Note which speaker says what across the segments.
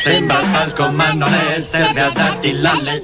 Speaker 1: Sembra al comando me, serve a darti l'alle.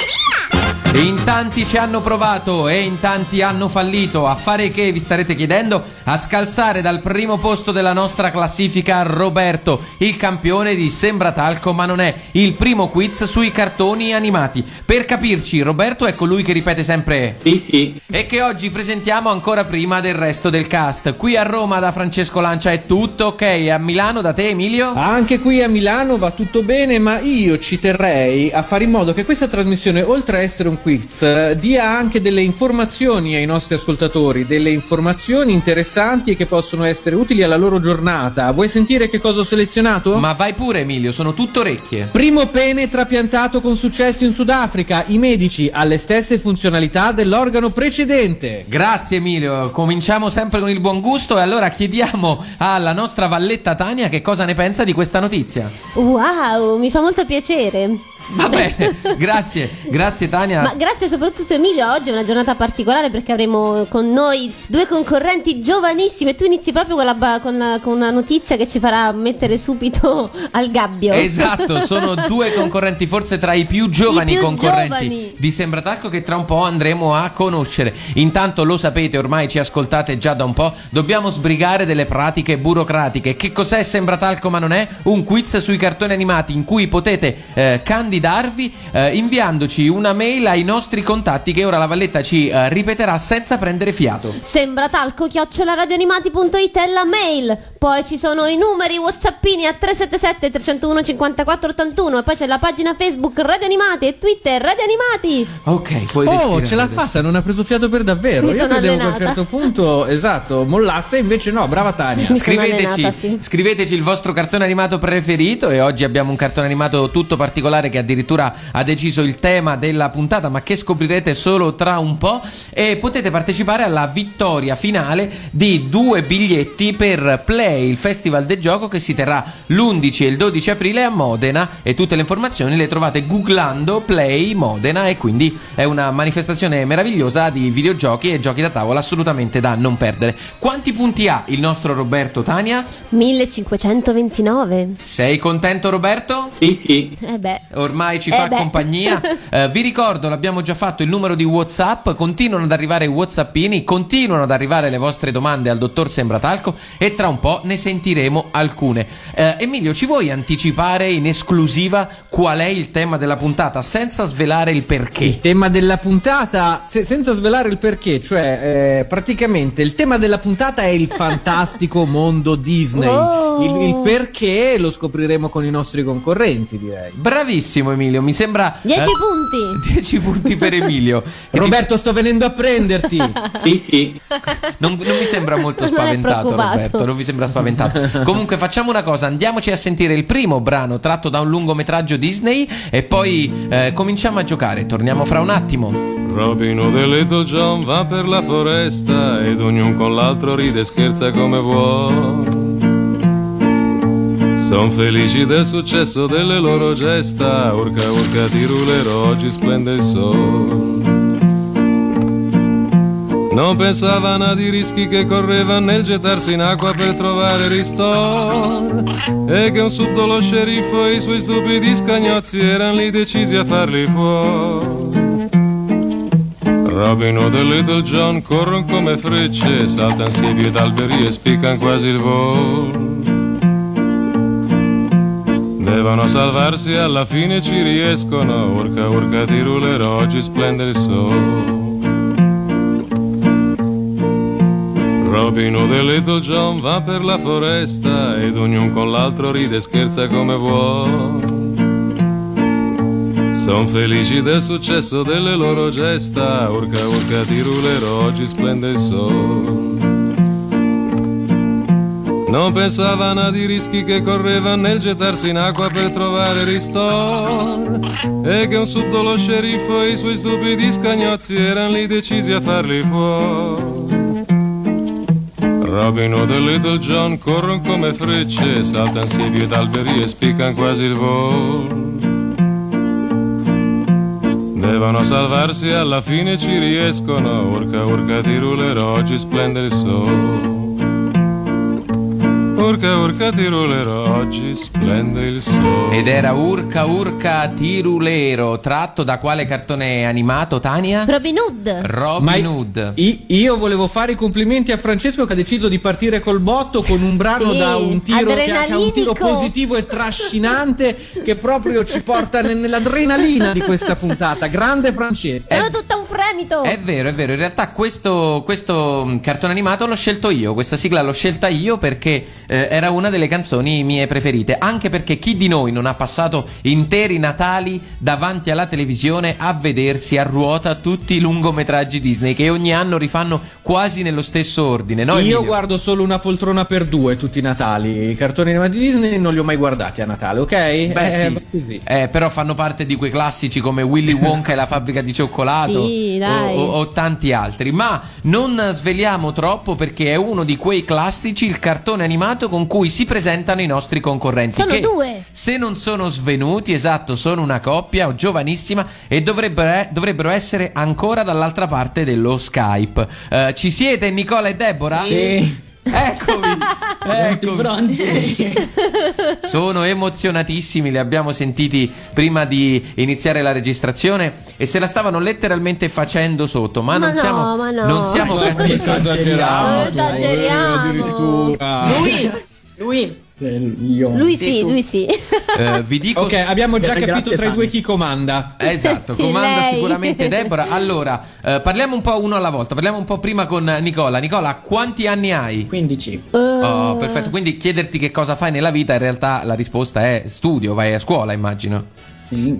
Speaker 2: In tanti ci hanno provato e in tanti hanno fallito a fare che vi starete chiedendo a scalzare dal primo posto della nostra classifica Roberto, il campione di Sembra Talco ma non è, il primo quiz sui cartoni animati. Per capirci, Roberto è colui che ripete sempre
Speaker 3: Sì, sì.
Speaker 2: e che oggi presentiamo ancora prima del resto del cast. Qui a Roma da Francesco Lancia è tutto, ok? A Milano da te Emilio?
Speaker 4: Ah, Anche qui a Milano va tutto bene, ma io ci terrei a fare in modo che questa trasmissione, oltre a essere un quiz, eh, dia anche delle informazioni ai nostri ascoltatori, delle informazioni interessanti e che possono essere utili alla loro giornata. Vuoi sentire che cosa ho selezionato?
Speaker 2: Ma vai pure Emilio, sono tutto orecchie.
Speaker 4: Primo pene trapiantato con successo in Sudafrica, i medici alle stesse funzionalità dell'organo precedente.
Speaker 2: Grazie Emilio, cominciamo sempre con il buon gusto e allora chiediamo alla nostra valletta Tania che cosa ne pensa di questa notizia.
Speaker 5: Wow, mi fa molto piacere.
Speaker 2: Va bene, grazie, grazie Tania.
Speaker 5: Ma grazie soprattutto Emilio, oggi è una giornata particolare perché avremo con noi due concorrenti giovanissime. Tu inizi proprio con, la ba- con la- con una notizia che ci farà mettere subito al gabbio.
Speaker 2: Esatto, sono due concorrenti, forse tra i più giovani
Speaker 5: I più
Speaker 2: concorrenti
Speaker 5: giovani.
Speaker 2: di Sembra Talco che tra un po' andremo a conoscere. Intanto lo sapete, ormai ci ascoltate già da un po', dobbiamo sbrigare delle pratiche burocratiche. Che cos'è Sembra Talco ma non è? Un quiz sui cartoni animati in cui potete eh, candidarvi eh, inviandoci una mail ai nostri contatti che ora la Valletta ci eh, ripeterà senza prendere fiato.
Speaker 5: Sembra talco chioccioladradioanimati.it è la mail. Poi ci sono i numeri whatsappini a 377 301 54 81 e poi c'è la pagina Facebook Radio Animati e Twitter Radio Animati.
Speaker 2: Ok, puoi
Speaker 4: Oh,
Speaker 2: respirare
Speaker 4: ce l'ha
Speaker 2: adesso.
Speaker 4: fatta, non ha preso fiato per davvero.
Speaker 5: Mi
Speaker 4: Io
Speaker 5: sono
Speaker 4: credevo che a un
Speaker 5: allenata.
Speaker 4: certo punto, esatto, mollasse, invece no, brava Tania.
Speaker 5: Mi sono
Speaker 2: Scriveteci,
Speaker 5: allenata, sì.
Speaker 2: scriveteci il vostro cartone animato preferito e oggi abbiamo un cartone animato tutto particolare che addirittura ha deciso il tema della puntata ma che scoprirete solo tra un po' e potete partecipare alla vittoria finale di due biglietti per Play, il festival del gioco che si terrà l'11 e il 12 aprile a Modena e tutte le informazioni le trovate googlando Play Modena e quindi è una manifestazione meravigliosa di videogiochi e giochi da tavola assolutamente da non perdere. Quanti punti ha il nostro Roberto Tania?
Speaker 5: 1529.
Speaker 2: Sei contento Roberto?
Speaker 3: Sì, sì.
Speaker 5: Eh beh.
Speaker 2: Ormai ci
Speaker 5: Eh
Speaker 2: fa
Speaker 5: beh.
Speaker 2: compagnia. Eh, vi ricordo, l'abbiamo già fatto il numero di WhatsApp. Continuano ad arrivare i WhatsAppini, continuano ad arrivare le vostre domande al dottor Sembratalco e tra un po' ne sentiremo alcune. Eh, Emilio, ci vuoi anticipare in esclusiva qual è il tema della puntata senza svelare il
Speaker 4: Il
Speaker 2: perché?
Speaker 4: tema della puntata, se- senza svelare il perché, cioè eh, praticamente il tema della puntata è il fantastico mondo Disney.
Speaker 5: Oh.
Speaker 4: Il, il perché lo scopriremo con i nostri concorrenti, direi.
Speaker 2: Bravissimo Emilio, mi sembra
Speaker 5: 10
Speaker 2: eh,
Speaker 5: punti.
Speaker 2: 10 punti per Emilio. Che ti-
Speaker 4: Roberto, sto venendo a prenderti.
Speaker 3: Sì, sì.
Speaker 2: Non, non mi sembra molto
Speaker 5: Non è
Speaker 2: spaventato,
Speaker 5: preoccupato.
Speaker 2: Roberto. Non vi sembra spaventato. Comunque, facciamo una cosa: andiamoci a sentire il primo brano tratto da un lungometraggio Disney e poi eh, cominciamo a giocare. Torniamo fra un attimo.
Speaker 6: Robin Hood e Little John va per la foresta ed ognuno con l'altro ride e scherza come vuole. Son felici del successo delle loro gesta, urca urca ti rulerò, oggi splende il sole. Non pensavano a di rischi che correvano nel gettarsi in acqua per trovare ristoro e che un subdolo sceriffo e i suoi stupidi scagnozzi erano lì decisi a farli fuori. Robin Hood e Little John corrono come frecce, saltano siepi ed alberi e spiccano quasi il volo. Devono salvarsi e alla fine ci riescono, urca urca ti rulerò, oggi splende il sole. Robin Hood e Little John va per la foresta ed ognuno con l'altro ride e scherza come vuole. Son felici del successo delle loro gesta, urca urca ti rulerò, oggi splende il sole. Non pensavano a di rischi che correvano nel gettarsi in acqua per trovare ristoro E che un subdolo sceriffo e i suoi stupidi scagnozzi erano lì decisi a farli fuori Robin Hood e Little John corrono come frecce Saltan siepi ed alberi e spiccano quasi il volo Devono salvarsi alla fine ci riescono Urca urca ti rulerò, oggi splende il sole Urca urca ti rulerò, oggi splende il sole
Speaker 2: Ed era Urca Urca Tirulero, tratto da quale cartone animato, Tania?
Speaker 5: Robin Hood.
Speaker 4: Ma
Speaker 2: Robin
Speaker 4: i-
Speaker 2: Hood.
Speaker 4: i- io volevo fare i complimenti a Francesco che ha deciso di partire col botto con un brano
Speaker 5: Sì,
Speaker 4: da un tiro, che ha- che ha un tiro
Speaker 5: adrenalinico.
Speaker 4: positivo e trascinante che proprio ci porta ne- nell'adrenalina di questa puntata. Grande Francesco.
Speaker 5: Sono tutta un fremito.
Speaker 2: È vero, è vero. In realtà questo, questo, mh, cartone animato l'ho scelto io. Questa sigla l'ho scelta io perché eh, era una delle canzoni mie preferite. Anche perché chi di noi non ha passato interi Natali davanti alla televisione a vedersi a ruota tutti i lungometraggi Disney che ogni anno rifanno quasi nello stesso ordine, no?
Speaker 4: Io
Speaker 2: Emilio?
Speaker 4: guardo solo una poltrona per due tutti i Natali. I cartoni animati di Disney non li ho mai guardati a Natale, ok?
Speaker 2: Beh,
Speaker 4: Eh,
Speaker 2: sì.
Speaker 4: va così.
Speaker 2: Eh, però fanno parte di quei classici come Willy Wonka e la fabbrica di cioccolato
Speaker 5: Sì,
Speaker 2: o,
Speaker 5: dai.
Speaker 2: o- o tanti altri. Ma non sveliamo troppo perché è uno di quei classici, il cartone animato con cui si presentano i nostri concorrenti.
Speaker 5: Sono
Speaker 2: che,
Speaker 5: due.
Speaker 2: Se non sono svenuti, esatto, sono una coppia o giovanissima e dovrebbero, eh, dovrebbero essere ancora dall'altra parte dello Skype. Eh, ci siete, Nicola e Deborah?
Speaker 4: Sì.
Speaker 2: Eccomi, eccomi. Sono emozionatissimi, li abbiamo sentiti prima di iniziare la registrazione e se la stavano letteralmente facendo sotto, ma,
Speaker 5: Ma
Speaker 2: non
Speaker 5: no,
Speaker 2: siamo
Speaker 5: ma no.
Speaker 2: non siamo
Speaker 5: Ma
Speaker 2: cattivi.
Speaker 5: esageriamo. Esageriamo.
Speaker 3: Lui, lui,
Speaker 5: Lui
Speaker 3: Sì,
Speaker 5: sì,
Speaker 3: tu.
Speaker 5: lui sì.
Speaker 2: Eh, vi dico
Speaker 4: Ok, abbiamo già
Speaker 3: Grazie,
Speaker 4: capito tra i
Speaker 3: Fanny.
Speaker 4: due chi comanda.
Speaker 2: Esatto,
Speaker 5: Sì,
Speaker 2: comanda
Speaker 5: lei.
Speaker 2: sicuramente Deborah. Allora, eh, parliamo un po' uno alla volta. Parliamo un po' prima con Nicola. Nicola, quanti anni hai?
Speaker 3: 15.
Speaker 5: Eh.
Speaker 2: Oh, perfetto. Quindi chiederti che cosa fai nella vita, in realtà la risposta è studio, vai a scuola, immagino.
Speaker 3: Sì,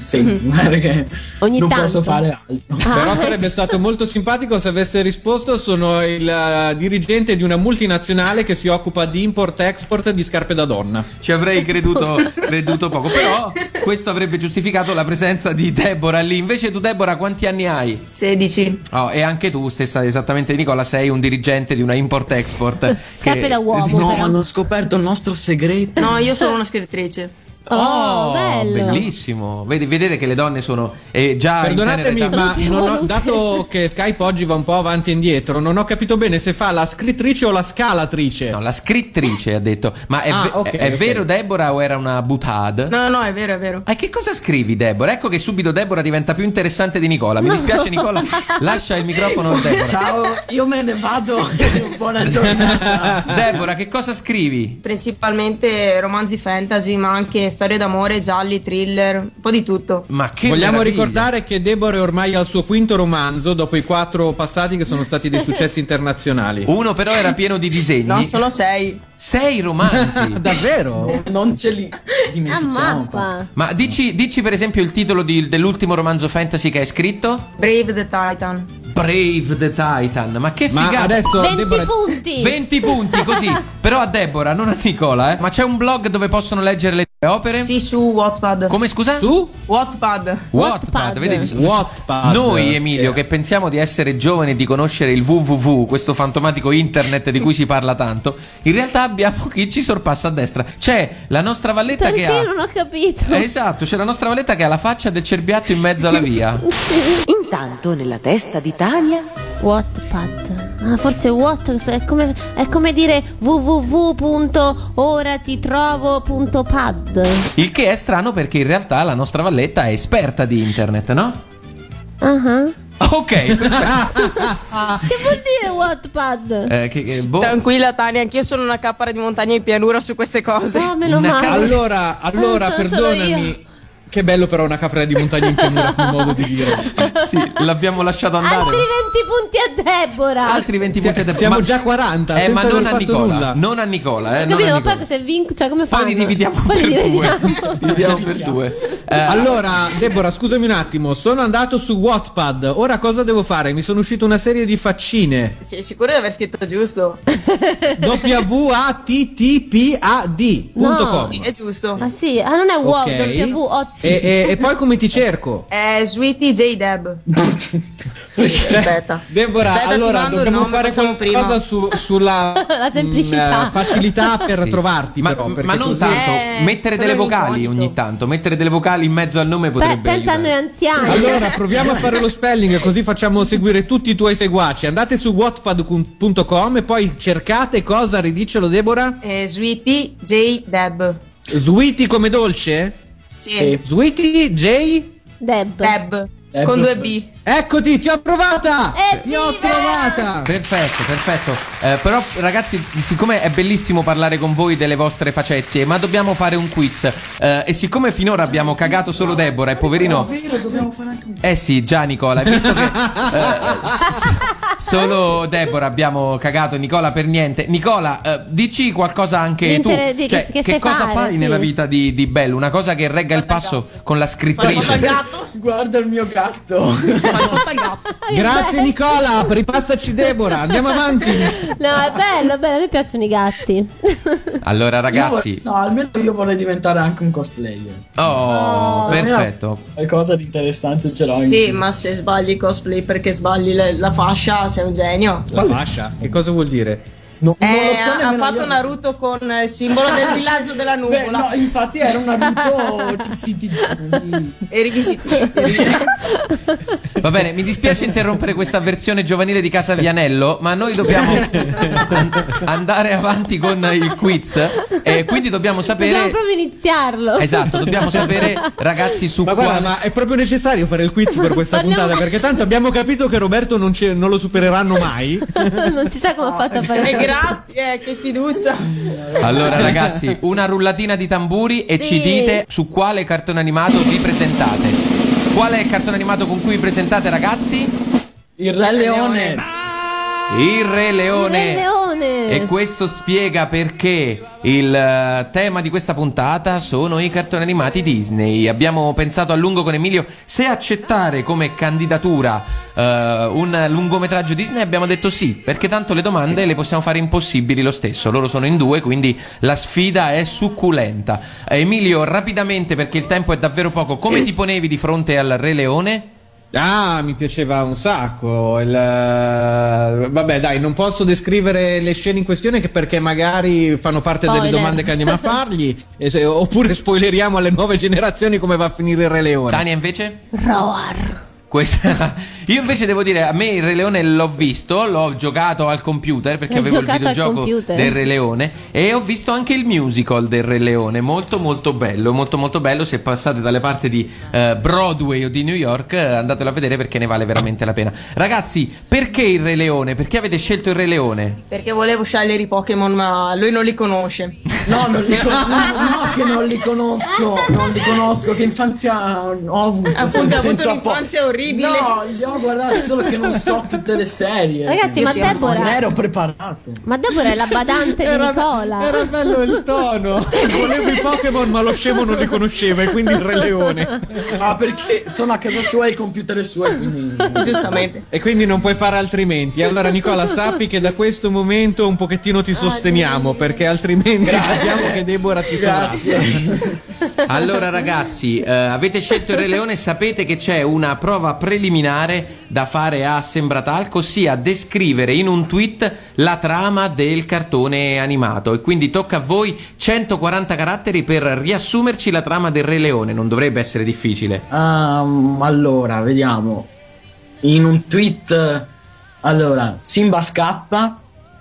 Speaker 3: sì, perché
Speaker 5: Ogni
Speaker 3: non
Speaker 5: tanto.
Speaker 3: posso fare altro.
Speaker 5: Ah.
Speaker 4: Però sarebbe stato molto simpatico se avesse risposto sono il eh, dirigente di una multinazionale che si occupa di import-export di scarpe da donna.
Speaker 2: Ci avrei creduto, creduto poco, però questo avrebbe giustificato la presenza di Deborah lì. Invece tu Deborah quanti anni hai?
Speaker 3: 16.
Speaker 2: Oh, e anche tu stessa esattamente Nicola sei un dirigente di una import-export.
Speaker 5: Scarpe
Speaker 2: che-
Speaker 5: da uomo.
Speaker 7: No,
Speaker 5: però.
Speaker 7: hanno scoperto il nostro segreto.
Speaker 3: No, io sono una scrittrice.
Speaker 5: Oh, bello.
Speaker 2: bellissimo. Vedi- vedete che le donne sono eh, già in
Speaker 4: Perdonatemi,
Speaker 2: tenera età-
Speaker 4: ma
Speaker 5: più
Speaker 4: non ho-
Speaker 5: volute.
Speaker 4: dato che Skype oggi va un po' avanti e indietro, non ho capito bene se fa la scrittrice o la scalatrice.
Speaker 2: No, la scrittrice ha detto. Ma è,
Speaker 4: Ah,
Speaker 2: ve-
Speaker 4: ok,
Speaker 2: è- è
Speaker 4: ok.
Speaker 2: vero Deborah o era una butad?
Speaker 3: No, no, no, è vero, è vero.
Speaker 2: Ah, che cosa scrivi, Deborah? Ecco che subito Deborah diventa più interessante di Nicola. Mi
Speaker 5: No.
Speaker 2: dispiace, Nicola. Lascia il microfono a Deborah.
Speaker 7: Ciao, io me ne vado. Buona giornata.
Speaker 2: Deborah, che cosa scrivi?
Speaker 3: Principalmente romanzi fantasy, ma anche storie d'amore, gialli, thriller, un po' di tutto.
Speaker 2: Ma che
Speaker 4: Vogliamo
Speaker 2: meraviglia.
Speaker 4: ricordare che Deborah è ormai al suo quinto romanzo dopo i quattro passati che sono stati dei successi internazionali.
Speaker 2: Uno però era pieno di disegni.
Speaker 3: No, sono sei.
Speaker 2: Sei romanzi.
Speaker 4: Davvero?
Speaker 7: Non ce li
Speaker 5: Ah,
Speaker 7: dimentichiamo.
Speaker 5: mappa.
Speaker 2: Ma dici, dici per esempio il titolo di- dell'ultimo romanzo fantasy che hai scritto?
Speaker 3: Brave the Titan.
Speaker 2: Brave the Titan. Ma che
Speaker 4: Ma
Speaker 2: figata.
Speaker 4: adesso
Speaker 5: 20
Speaker 4: Deborah
Speaker 5: punti.
Speaker 2: 20 punti così. però a Deborah, non a Nicola, eh. Ma c'è un blog dove possono leggere le tue opere?
Speaker 3: Sì, su Wattpad.
Speaker 2: Come scusa?
Speaker 4: su
Speaker 3: Wattpad.
Speaker 2: Wattpad, vedi?
Speaker 4: Wattpad.
Speaker 2: Noi Emilio che pensiamo di essere giovani e di conoscere il www, questo fantomatico internet di cui si parla tanto, in realtà abbiamo chi ci sorpassa a destra. C'è la nostra valletta
Speaker 5: Perché
Speaker 2: che ha
Speaker 5: non ho capito?
Speaker 2: Eh, Esatto, c'è la nostra valletta che ha la faccia del cerbiatto in mezzo alla via.
Speaker 8: Intanto nella testa di Tania
Speaker 5: Wattpad. Ah, forse Watt è come, è come dire www.oratitrovo.pad.
Speaker 2: Il che è strano perché in realtà la nostra valletta è esperta di internet, no?
Speaker 5: Ah,
Speaker 2: Ok, perfetto.
Speaker 5: ah. Che vuol dire Wattpad?
Speaker 2: Eh, che- che- boh.
Speaker 3: Tranquilla Tania, anch'io sono una capara di montagna in pianura su queste cose.
Speaker 5: Oh, me lo
Speaker 2: Una
Speaker 5: mando.
Speaker 2: ca-
Speaker 4: Allora, allora
Speaker 5: Ah, sono solo io.
Speaker 4: perdonami. Che bello però una capra di montagna in pianura come modo di dire.
Speaker 2: Sì, l'abbiamo lasciato andare.
Speaker 5: Altri 20 punti a Deborah.
Speaker 2: Altri 20 punti da
Speaker 4: Siamo
Speaker 2: ma-
Speaker 4: già 40,
Speaker 2: Eh, ma
Speaker 4: senza
Speaker 2: non a
Speaker 4: aver fatto
Speaker 2: Nicola,
Speaker 4: nulla.
Speaker 2: non a Nicola, eh,
Speaker 5: Ho
Speaker 2: non a
Speaker 5: capito, ma
Speaker 2: Nicola.
Speaker 5: poi se vinco, cioè come
Speaker 2: Poi
Speaker 5: fanno?
Speaker 2: li dividiamo
Speaker 5: Poi li
Speaker 2: per due.
Speaker 5: dividiamo.
Speaker 2: Li dividiamo per due. Eh,
Speaker 4: Allora, Deborah, scusami un attimo, sono andato su Wattpad, ora cosa devo fare? Mi sono uscita una serie di faccine.
Speaker 3: Sei sicuro di aver scritto giusto?
Speaker 4: www.attpad.com
Speaker 3: È giusto.
Speaker 5: Ah sì, ah non è wow,
Speaker 4: Ok.
Speaker 5: W O T.
Speaker 4: E, e- e poi come ti cerco?
Speaker 3: È Sweetie J Deb. Aspetta.
Speaker 4: Cioè, Deborah,
Speaker 3: Aspetta, ti
Speaker 4: allora
Speaker 3: mando il
Speaker 4: dobbiamo
Speaker 3: nome,
Speaker 4: fare
Speaker 3: facciamo
Speaker 4: qualcosa
Speaker 3: prima.
Speaker 4: su- sulla
Speaker 5: La semplicità.
Speaker 2: Mm,
Speaker 4: mh, eh, facilità per trovarti.
Speaker 2: Ma,
Speaker 4: però,
Speaker 2: ma
Speaker 4: perché
Speaker 2: non
Speaker 4: così-
Speaker 2: tanto,
Speaker 3: Eh,
Speaker 2: mettere delle
Speaker 3: quello
Speaker 2: vocali
Speaker 3: incognito.
Speaker 2: ogni tanto, mettere delle vocali in mezzo al nome
Speaker 5: Pe-
Speaker 2: potrebbe
Speaker 5: pensa a noi
Speaker 2: aiutare.
Speaker 5: anziani.
Speaker 4: Allora, proviamo a fare lo spelling così facciamo seguire tutti i tuoi seguaci. Andate su wattpad.com e poi cercate cosa, ridicelo Deborah?
Speaker 3: È Sweetie Eh, J Deb.
Speaker 4: Sweetie come dolce?
Speaker 3: Sì.
Speaker 4: Sweetie J?
Speaker 5: Deb.
Speaker 3: Deb. Con due B.
Speaker 4: Eccoti, ti ho trovata!
Speaker 5: Eh,
Speaker 4: Ti ho
Speaker 5: Evviva!
Speaker 4: trovata!
Speaker 2: Perfetto, perfetto. Eh, però ragazzi, siccome è bellissimo parlare con voi delle vostre facezie, ma dobbiamo fare un quiz. Eh, e siccome finora abbiamo cagato solo Deborah e poverino... Eh sì, già Nicola, hai visto che eh, s- s- solo Deborah abbiamo cagato Nicola per niente. Nicola, eh, dici qualcosa anche
Speaker 5: Di
Speaker 2: tu.
Speaker 5: inter- di-
Speaker 2: Cioè,
Speaker 5: che-
Speaker 2: che
Speaker 5: che sai
Speaker 2: cosa
Speaker 5: fare,
Speaker 2: fai
Speaker 5: sì.
Speaker 2: nella vita di, di Bello? Una cosa che regga il passo con la scrittrice.
Speaker 7: Guarda il mio gatto.
Speaker 4: Grazie Nicola, ripassaci Deborah, andiamo avanti.
Speaker 5: No, è bello, è bello, mi piacciono i gatti.
Speaker 2: Allora
Speaker 7: Io
Speaker 2: ragazzi,
Speaker 7: vor- no, almeno io vorrei diventare anche un cosplayer.
Speaker 2: oh,
Speaker 5: Oh.
Speaker 2: perfetto.
Speaker 7: Qualcosa di interessante ce l'ho in
Speaker 3: Sì,
Speaker 7: più.
Speaker 3: ma se sbagli il cosplay perché sbagli la, la fascia, sei un genio.
Speaker 4: La fascia, che cosa vuol dire?
Speaker 7: No, non
Speaker 3: Eh,
Speaker 7: lo so
Speaker 3: ha
Speaker 7: nemmeno
Speaker 3: fatto
Speaker 7: io.
Speaker 3: Naruto con il simbolo del
Speaker 7: Ah, sì.
Speaker 3: villaggio della
Speaker 7: Beh,
Speaker 3: nuvola.
Speaker 7: no, infatti era un Naruto di siti- di-
Speaker 3: E rivisiti.
Speaker 2: Va bene, mi dispiace interrompere questa versione giovanile di Casa Vianello, ma noi dobbiamo an- andare avanti con il quiz e quindi dobbiamo
Speaker 5: Dobbiamo
Speaker 2: sapere
Speaker 5: proprio iniziarlo. Cioè,
Speaker 2: Esatto, dobbiamo sapere ragazzi su
Speaker 4: Ma guarda,
Speaker 2: quale
Speaker 4: ma è proprio necessario fare il quiz per questa
Speaker 5: Parliamo-
Speaker 4: puntata perché tanto abbiamo capito che Roberto non, ce- non lo supereranno mai.
Speaker 5: non si sa come ha fatto a
Speaker 3: E
Speaker 5: fare.
Speaker 3: grazie, eh, che fiducia.
Speaker 2: Allora ragazzi, una rullatina di tamburi e
Speaker 5: Sì.
Speaker 2: ci dite su quale cartone animato vi presentate. Qual è il cartone animato con cui vi presentate ragazzi?
Speaker 7: Il Re Leone.
Speaker 2: Il
Speaker 5: Il Re
Speaker 2: Re Leone.
Speaker 5: Leone.
Speaker 2: E questo spiega perché il eh, tema di questa puntata sono i cartoni animati Disney. Abbiamo pensato a lungo con Emilio se accettare come candidatura eh, un lungometraggio Disney. Abbiamo detto sì, perché tanto le domande le possiamo fare impossibili lo stesso. Loro sono in due, quindi la sfida è succulenta. Eh, Emilio, rapidamente perché il tempo è davvero poco, come ti ponevi di fronte al Re Leone?
Speaker 4: Ah, mi piaceva un sacco. il- eh, Vabbè, dai, non posso descrivere le scene in questione che perché magari fanno parte delle
Speaker 5: Spoiler.
Speaker 4: domande che andiamo a fargli. e se- Oppure spoileriamo alle nuove generazioni come va a finire il Re Leone.
Speaker 2: Tania invece?
Speaker 5: Roar.
Speaker 2: Questa... Io invece devo dire, a me il Re Leone l'ho visto, l'ho giocato al computer perché
Speaker 5: L'hai
Speaker 2: avevo il
Speaker 5: giocato al
Speaker 2: videogioco
Speaker 5: computer.
Speaker 2: del Re Leone e ho visto anche il musical del Re Leone, molto molto bello, molto molto bello, se passate dalle parti di eh, Broadway o di New York eh, andatelo a vedere perché ne vale veramente la pena. Ragazzi, perché il Re Leone? Perché avete scelto il Re Leone?
Speaker 3: Perché volevo scegliere i Pokémon, ma lui non li conosce.
Speaker 7: No, non li con- no, no, che non li conosco, non li conosco, che infanzia ho
Speaker 3: Appunto,
Speaker 7: avuto. senza-
Speaker 3: ha avuto
Speaker 7: senza
Speaker 3: un'infanzia orribile.
Speaker 7: No, li ho guardati solo che non so tutte le serie.
Speaker 5: Ragazzi,
Speaker 7: Io
Speaker 5: ma
Speaker 7: siamo-
Speaker 5: Deborah-
Speaker 7: Non ero preparato.
Speaker 5: Ma Deborah è la badante di Nicola.
Speaker 4: era bello il tono. Volevo i Pokémon, ma lo scemo non li conosceva, e quindi il Re Leone.
Speaker 7: Ah, perché sono a casa sua e il computer è suo, e quindi
Speaker 3: Giustamente.
Speaker 4: E quindi non puoi fare altrimenti. Allora, Nicola, sappi che da questo momento un pochettino
Speaker 5: Ah,
Speaker 4: ti sosteniamo, perché altrimenti capiamo che Deborah ti sarà.
Speaker 2: Allora ragazzi, eh, avete scelto il Re Leone, sapete che c'è una prova preliminare da fare a Sembratalco, ossia descrivere in un tweet la trama del cartone animato e quindi tocca a voi 140 caratteri per riassumerci la trama del Re Leone, non dovrebbe essere difficile.
Speaker 7: Ehm, allora, vediamo. In un tweet, eh, allora, Simba scappa,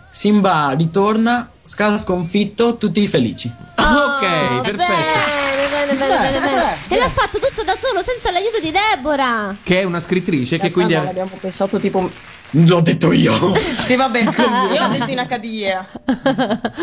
Speaker 7: Simba ritorna, Scala sconfitto, tutti felici.
Speaker 2: ok,
Speaker 3: Ah,
Speaker 5: Oh,
Speaker 2: perfetto.
Speaker 5: Bene, bene, bene, bene, bene. E l'ha fatto tutto da solo, senza l'aiuto di Deborah.
Speaker 2: Che è una scrittrice che quindi
Speaker 3: Ah, no,
Speaker 2: ha-
Speaker 3: l'abbiamo pensato tipo
Speaker 7: L'ho detto io.
Speaker 3: Sì, vabbè, io ho detto in HDE.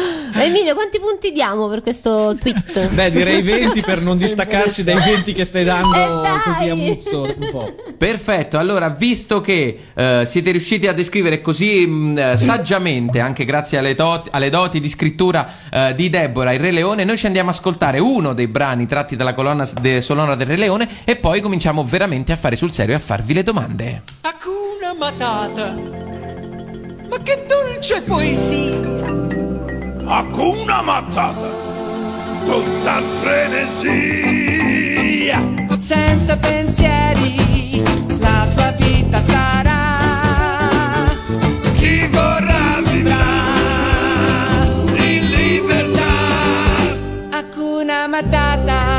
Speaker 5: Emilio, quanti punti diamo per questo tweet?
Speaker 4: Beh, direi 20 per non distaccarci dai 20 che stai dando
Speaker 5: Eh, dai!
Speaker 4: così a Muzzo un po'.
Speaker 2: Perfetto, allora visto che eh, siete riusciti a descrivere così mh, eh, saggiamente, anche grazie alle, to- alle doti di scrittura eh, di Deborah, il Re Leone, noi ci andiamo ad ascoltare uno dei brani tratti dalla colonna s- de- sonora del Re Leone e poi cominciamo veramente a fare sul serio e a farvi le domande.
Speaker 9: Hakuna Matata. Ma che dolce poesia! Hakuna Matata. Tutta frenesia. Senza pensieri la tua vita sarà. Chi vorrà vivrà in libertà. Hakuna Matata.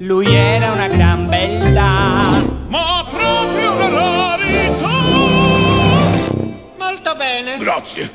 Speaker 9: Lui era una gran bella, ma proprio una rarità. Molto bene. Grazie.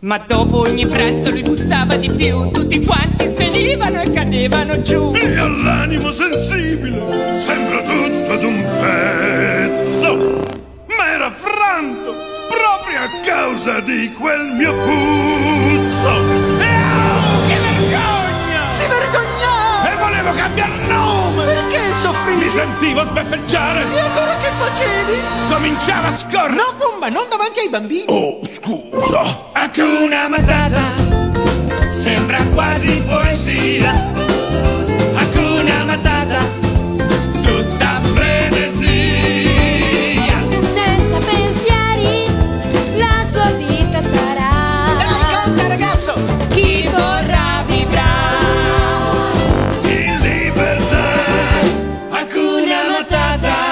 Speaker 9: Ma dopo ogni pranzo lui puzzava di più, tutti quanti svenivano e cadevano giù. E all'animo sensibile sembra tutto d'un pezzo. Ma era franto proprio a causa di quel mio puzzo. E au, che vergogna! Si vergognava! E volevo cambiare nome! Perché soffrivi? Mi sentivo sbeffeggiare! E allora che facevi? Cominciava a scorrere! No, bomba, non davanti ai bambini! Oh, scusa! Hakuna Matata sembra quasi poesia. Hakuna Matata tutta frenesia.
Speaker 10: Senza pensieri la tua vita sarà.
Speaker 9: Eh, ragazzo!
Speaker 10: Chi vorrà vivrà.
Speaker 9: in libertà Hakuna Matata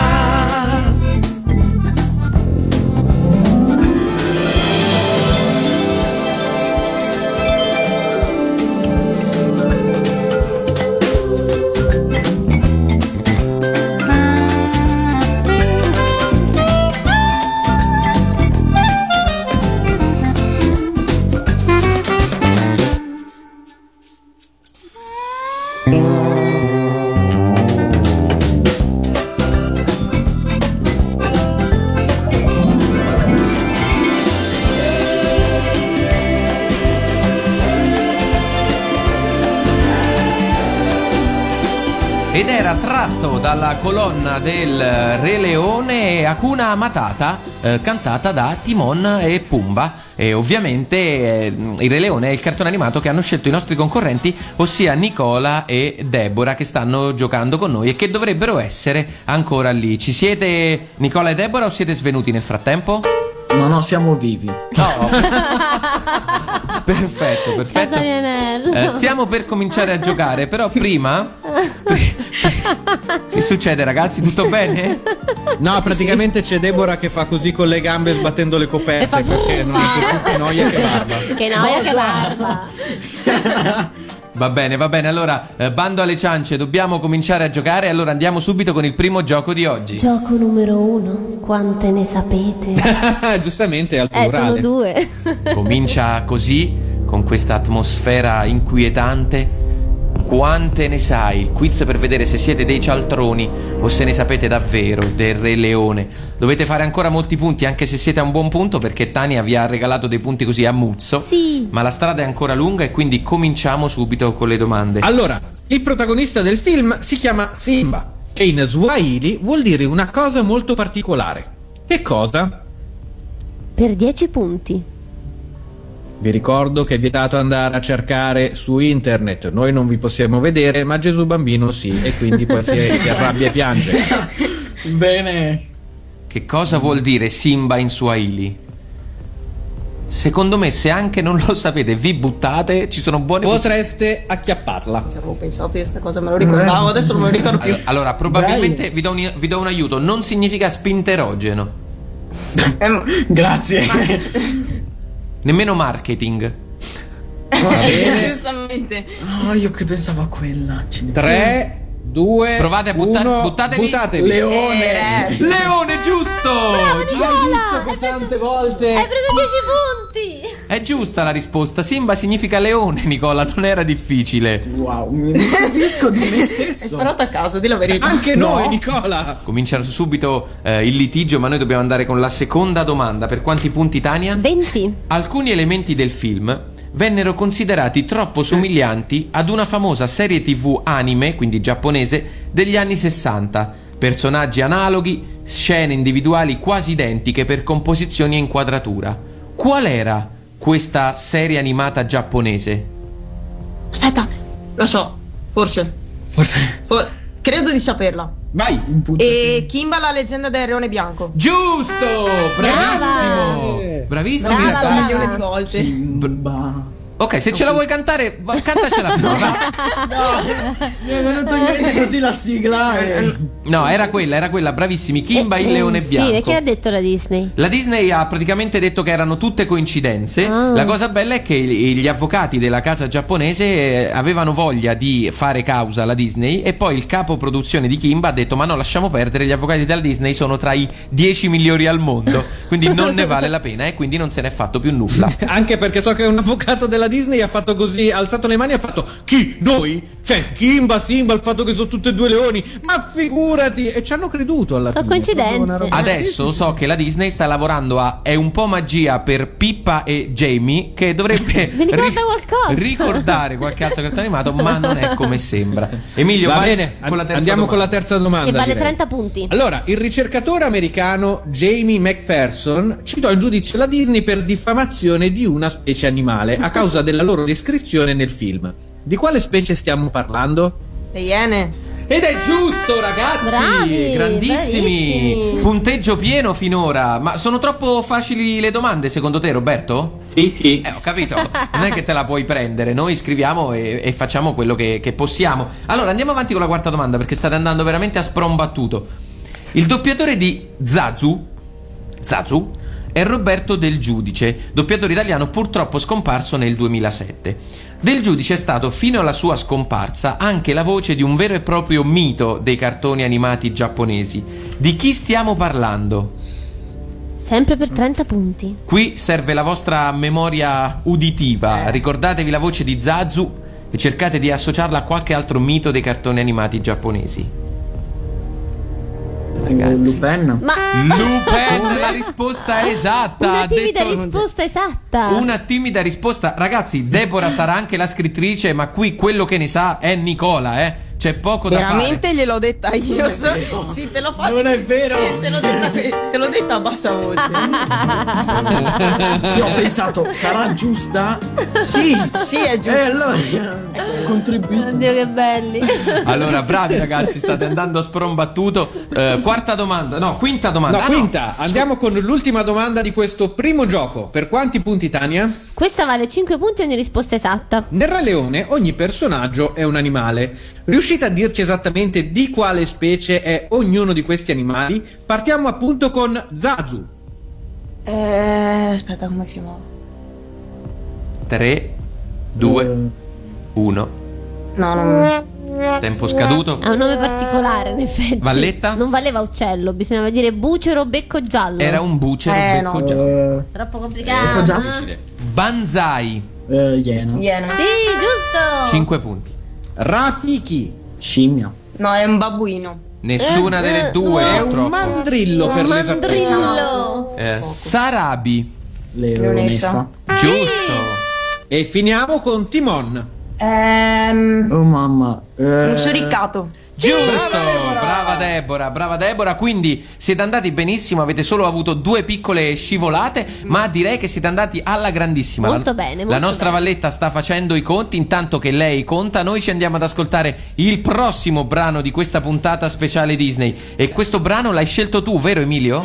Speaker 2: Ed era tratto dalla colonna del Re Leone Hakuna Matata, eh, cantata da Timon e Pumba. E ovviamente eh, il Re Leone è il cartone animato che hanno scelto i nostri concorrenti, ossia Nicola e Deborah, che stanno giocando con noi e che dovrebbero essere ancora lì. Ci siete Nicola e Deborah o siete svenuti nel frattempo?
Speaker 7: No, no, siamo vivi.
Speaker 2: No. perfetto, perfetto.
Speaker 5: Casagnanello.
Speaker 2: Eh, stiamo per cominciare a giocare, però prima... che succede ragazzi? Tutto bene?
Speaker 4: No, praticamente c'è Deborah che fa così con le gambe sbattendo le
Speaker 5: E fa-
Speaker 4: coperte perché non è più che noia che barba.
Speaker 5: Che noia, che barba.
Speaker 2: Va bene, va bene. Allora, eh, bando alle ciance, dobbiamo cominciare a giocare. Allora andiamo subito con il primo gioco di oggi.
Speaker 5: Gioco numero uno. Quante ne
Speaker 2: Eh,
Speaker 5: sapete?
Speaker 4: Giustamente al
Speaker 5: Eh, sono
Speaker 4: plurale.
Speaker 5: due.
Speaker 2: Comincia così, con questa atmosfera inquietante. Quante ne sai? Il quiz per vedere se siete dei cialtroni o se ne sapete davvero del Re Leone. Dovete fare ancora molti punti, anche se siete a un buon punto, perché Tania vi ha regalato dei punti così a muzzo.
Speaker 5: Sì.
Speaker 2: Ma la strada è ancora lunga e quindi cominciamo subito con le domande.
Speaker 4: Allora, il protagonista del film si chiama Simba, che in Swahili vuol dire una cosa molto particolare. Che cosa?
Speaker 5: Per 10 punti.
Speaker 4: Vi ricordo che è vietato andare a cercare su internet. Noi non vi possiamo vedere, ma Gesù bambino sì, e quindi poi si, si arrabbia e piange.
Speaker 7: Bene.
Speaker 2: Che cosa vuol dire Simba in Swahili? Secondo me, se anche non lo sapete, vi buttate, ci sono buone possibilità.
Speaker 4: Potreste acchiapparla.
Speaker 3: Ci avevo pensato io sta cosa, me lo ricordavo, adesso non me lo ricordo più.
Speaker 2: Allora, probabilmente vi do, un, vi do un aiuto, non significa spinterogeno,
Speaker 3: Eh, ma-
Speaker 7: Grazie.
Speaker 2: nemmeno marketing.
Speaker 4: Va bene.
Speaker 3: Giustamente.
Speaker 7: No, io che pensavo a quella.
Speaker 4: 3, due,
Speaker 2: Provate a buttare, buttatevi.
Speaker 4: buttatevi. Leone.
Speaker 2: Leone, giusto!
Speaker 4: Nicola! Hai tante volte!
Speaker 5: Hai preso 10 punti!
Speaker 2: È giusta la risposta. Simba significa leone, Nicola, non era difficile.
Speaker 7: Wow, mi stupisco di me stesso.
Speaker 3: Hai sparato a caso, di la verità.
Speaker 4: Anche noi, Nicola!
Speaker 2: Comincia subito eh, il litigio, ma noi dobbiamo andare con la seconda domanda. Per quanti punti, Tania?
Speaker 5: 20.
Speaker 2: Alcuni elementi del film vennero considerati troppo somiglianti ad una famosa serie tv anime, quindi giapponese, degli anni 60. Personaggi analoghi, scene individuali quasi identiche per composizioni e inquadratura. Qual era questa serie animata giapponese?
Speaker 3: Aspetta, lo so, forse.
Speaker 7: Forse.
Speaker 3: For- credo di saperla.
Speaker 7: Vai, imputati.
Speaker 3: E Kimba la leggenda del leone bianco.
Speaker 2: Giusto! Bravissimo! Bravissimo!
Speaker 3: L'ho vista
Speaker 5: brava.
Speaker 3: un milione di volte.
Speaker 7: Simba.
Speaker 2: Ok, se ce la vuoi cantare, va- cantacela però. va.
Speaker 7: Mi è venuto in mente così la sigla. eh.
Speaker 3: Eh,
Speaker 7: e-
Speaker 2: No, era quella, era quella, bravissimi. Kimba
Speaker 5: Eh,
Speaker 2: il leone
Speaker 5: sì,
Speaker 2: bianco.
Speaker 5: e che ha detto la Disney?
Speaker 2: La Disney ha praticamente detto che erano tutte coincidenze.
Speaker 5: Ah.
Speaker 2: La cosa bella è che i- gli avvocati della casa giapponese eh, avevano voglia di fare causa alla Disney e poi il capo produzione di Kimba ha detto "Ma no, lasciamo perdere, gli avvocati della Disney sono tra i 10 migliori al mondo, quindi non ne vale la pena e quindi non se n'è fatto più nulla".
Speaker 4: Anche perché so che un avvocato della Disney ha fatto così, ha alzato le mani e ha fatto chi? Noi? Cioè, Kimba, Simba, il fatto che sono tutti e due leoni, ma figurati! E ci hanno creduto alla
Speaker 5: Sono
Speaker 4: fine.
Speaker 5: coincidenze.
Speaker 4: Proprio una roba-
Speaker 2: Adesso so che la Disney sta lavorando a È un po' magia per Pippa e Jamie che dovrebbe
Speaker 5: Mi ricorda qualcosa.
Speaker 2: ricordare qualche altro cartone animato, ma non è come sembra. Emilio,
Speaker 4: Va
Speaker 2: vai
Speaker 4: bene,
Speaker 2: con la terza
Speaker 4: andiamo
Speaker 2: domanda.
Speaker 4: con la terza domanda.
Speaker 5: Che vale
Speaker 4: direi.
Speaker 5: 30 punti.
Speaker 4: Allora, il ricercatore americano Jamie McPherson citò in giudizio la Disney per diffamazione di una specie animale a causa della loro descrizione nel film. Di quale specie stiamo parlando?
Speaker 3: Le iene.
Speaker 2: Ed è giusto, ragazzi!
Speaker 5: Bravi,
Speaker 2: grandissimi!
Speaker 5: bravissimi.
Speaker 2: Punteggio pieno finora. Ma sono troppo facili le domande, secondo te, Roberto?
Speaker 11: Sì, sì.
Speaker 2: Eh, ho capito. Non è che te la puoi prendere. Noi scriviamo e, e facciamo quello che, che possiamo. Allora, andiamo avanti con la quarta domanda, perché state andando veramente a sprombattuto. Il doppiatore di Zazu, Zazu, è Roberto Del Giudice, doppiatore italiano purtroppo scomparso nel 2007. Del Giudice è stato fino alla sua scomparsa anche la voce di un vero e proprio mito dei cartoni animati giapponesi. Di chi stiamo parlando?
Speaker 5: Sempre per 30 punti.
Speaker 2: Qui serve la vostra memoria uditiva. Ricordatevi la voce di Zazu e cercate di associarla a qualche altro mito dei cartoni animati giapponesi.
Speaker 7: Lupin.
Speaker 5: Ma
Speaker 2: Lupin, la risposta è esatta.
Speaker 5: una
Speaker 2: ha
Speaker 5: timida
Speaker 2: detto-
Speaker 5: risposta esatta.
Speaker 3: Ah.
Speaker 2: Una timida risposta. Ragazzi, Deborah sarà anche la scrittrice, ma qui quello che ne sa è Nicola, eh. C'è poco da fare.
Speaker 3: Veramente gliel'ho detta io. so- Sì, te l'ho fatta.
Speaker 7: Non è vero.
Speaker 3: Te l'ho detta, te l'ho detta a bassa voce.
Speaker 7: Io ho pensato, sarà giusta?
Speaker 3: sì, sì, è
Speaker 7: E
Speaker 3: giusto.
Speaker 7: allora ho contribuito.
Speaker 5: Oddio che belli.
Speaker 2: Allora, bravi ragazzi, state andando a sprombattuto. Eh, quarta domanda, no, quinta domanda.
Speaker 4: La
Speaker 2: Ah, no.
Speaker 4: quinta, andiamo con l'ultima domanda di questo primo gioco. Per quanti punti, Tania?
Speaker 5: Questa vale 5 punti ogni risposta esatta.
Speaker 4: Nel Re Leone ogni personaggio è un animale. Riuscite a dirci esattamente di quale specie è ognuno di questi animali? Partiamo appunto con Zazu.
Speaker 3: Eh, aspetta, come si muove?
Speaker 2: 3, 2, 1.
Speaker 3: No, no, no.
Speaker 2: Tempo scaduto.
Speaker 5: Ha un nome particolare, in effetti.
Speaker 2: Valletta?
Speaker 5: Non valeva uccello, bisognava dire bucero becco giallo.
Speaker 2: Era un bucero
Speaker 3: Eh,
Speaker 2: becco
Speaker 3: no.
Speaker 2: giallo.
Speaker 7: Eh,
Speaker 5: Troppo
Speaker 7: Becco
Speaker 5: complicato.
Speaker 7: giallo.
Speaker 5: eh? sì,
Speaker 2: Banzai,
Speaker 7: eh, iena.
Speaker 3: Iena.
Speaker 5: giusto.
Speaker 2: 5 punti.
Speaker 4: Rafiki.
Speaker 7: Scimmia.
Speaker 3: No, è un babbuino.
Speaker 2: Nessuna
Speaker 5: Eh,
Speaker 2: delle
Speaker 5: eh,
Speaker 2: due
Speaker 5: no.
Speaker 4: È
Speaker 2: è
Speaker 4: un mandrillo per l'esattezza.
Speaker 5: Mandrillo.
Speaker 2: Eh, Sarabi.
Speaker 7: Leonessa.
Speaker 2: Giusto.
Speaker 4: E finiamo con Timon.
Speaker 3: Ehm,
Speaker 7: Oh mamma. Eh,
Speaker 3: un suricato.
Speaker 2: Giusto, brava Deborah, brava Deborah. Quindi siete andati benissimo, avete solo avuto due piccole scivolate, ma direi che siete andati alla grandissima.
Speaker 5: Molto
Speaker 2: La-
Speaker 5: bene,
Speaker 2: La
Speaker 5: molto
Speaker 2: nostra
Speaker 5: bene.
Speaker 2: Valletta sta facendo i conti, intanto che lei conta, noi ci andiamo ad ascoltare il prossimo brano di questa puntata speciale Disney. E questo brano l'hai scelto tu, vero Emilio?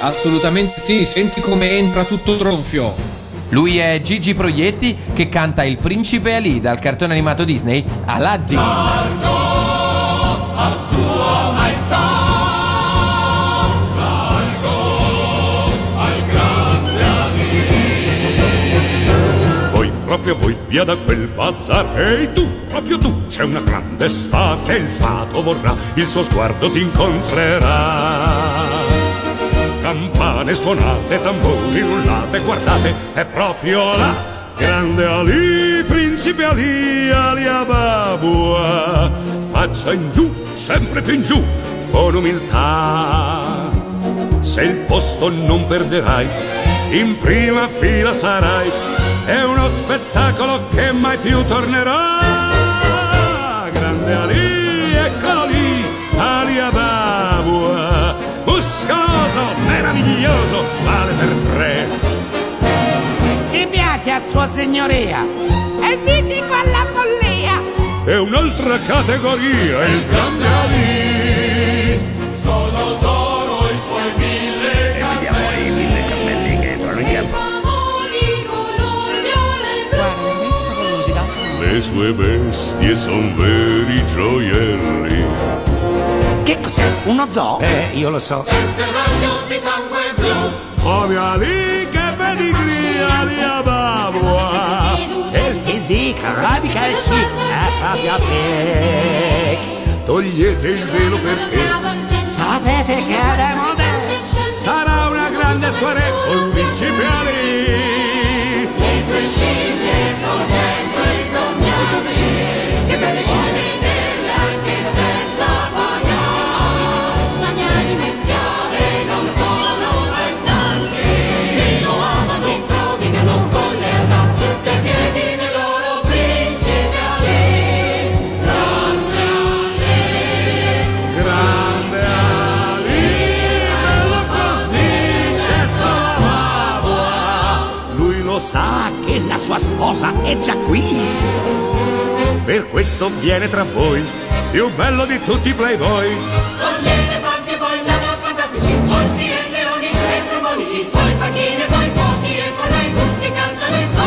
Speaker 4: Assolutamente sì, senti come entra tutto tronfio.
Speaker 2: Lui è Gigi Proietti che canta Il principe Ali dal cartone animato Disney Aladdin.
Speaker 12: Voi, proprio voi,
Speaker 11: via da quel bazar. Ehi tu, proprio tu, c'è una grande star che il fato vorrà, il suo sguardo ti incontrerà. Campane suonate, tamburi rullate, guardate, è proprio là, grande Ali, principe Ali, Ali Ababua, faccia in giù, sempre più in giù, con umiltà. Se il posto non perderai, in prima fila sarai, è uno spettacolo che mai più tornerà. Grande Ali, eccolo ecco lì, Ali Ababua, muscoloso, meraviglioso, vale per tre.
Speaker 12: Ci piace a sua signoria e mi tipo alla follia.
Speaker 11: È un'altra categoria, il grande
Speaker 12: Sono d'oro i suoi mille capelli.
Speaker 11: Le sue bestie son veri gioielli.
Speaker 12: Che cos'è? Uno zoo?
Speaker 11: Eh, io lo so.
Speaker 12: Un serraglio di sangue blu.
Speaker 11: Come Ali che pedigree Ali Ababua.
Speaker 12: Il fisico radical chic
Speaker 11: eh,
Speaker 12: è proprio fake.
Speaker 11: Togliete il velo perché
Speaker 12: Sapete che è modello
Speaker 11: sarà una grande soirée col principe Ali.
Speaker 12: Le sue scimmie sono cento e sono miei. Che belle scimmie.
Speaker 11: Grande Ali, bello così c'è solo Ababua. Lui lo sa che la sua sposa è già qui. Per questo viene tra voi, più bello di tutti i playboy.
Speaker 12: Con gli elefanti e poi la fantastici orsi e leoni e tromoni, i suoi facchini e poi fuochi e forai tutti cantano in coro.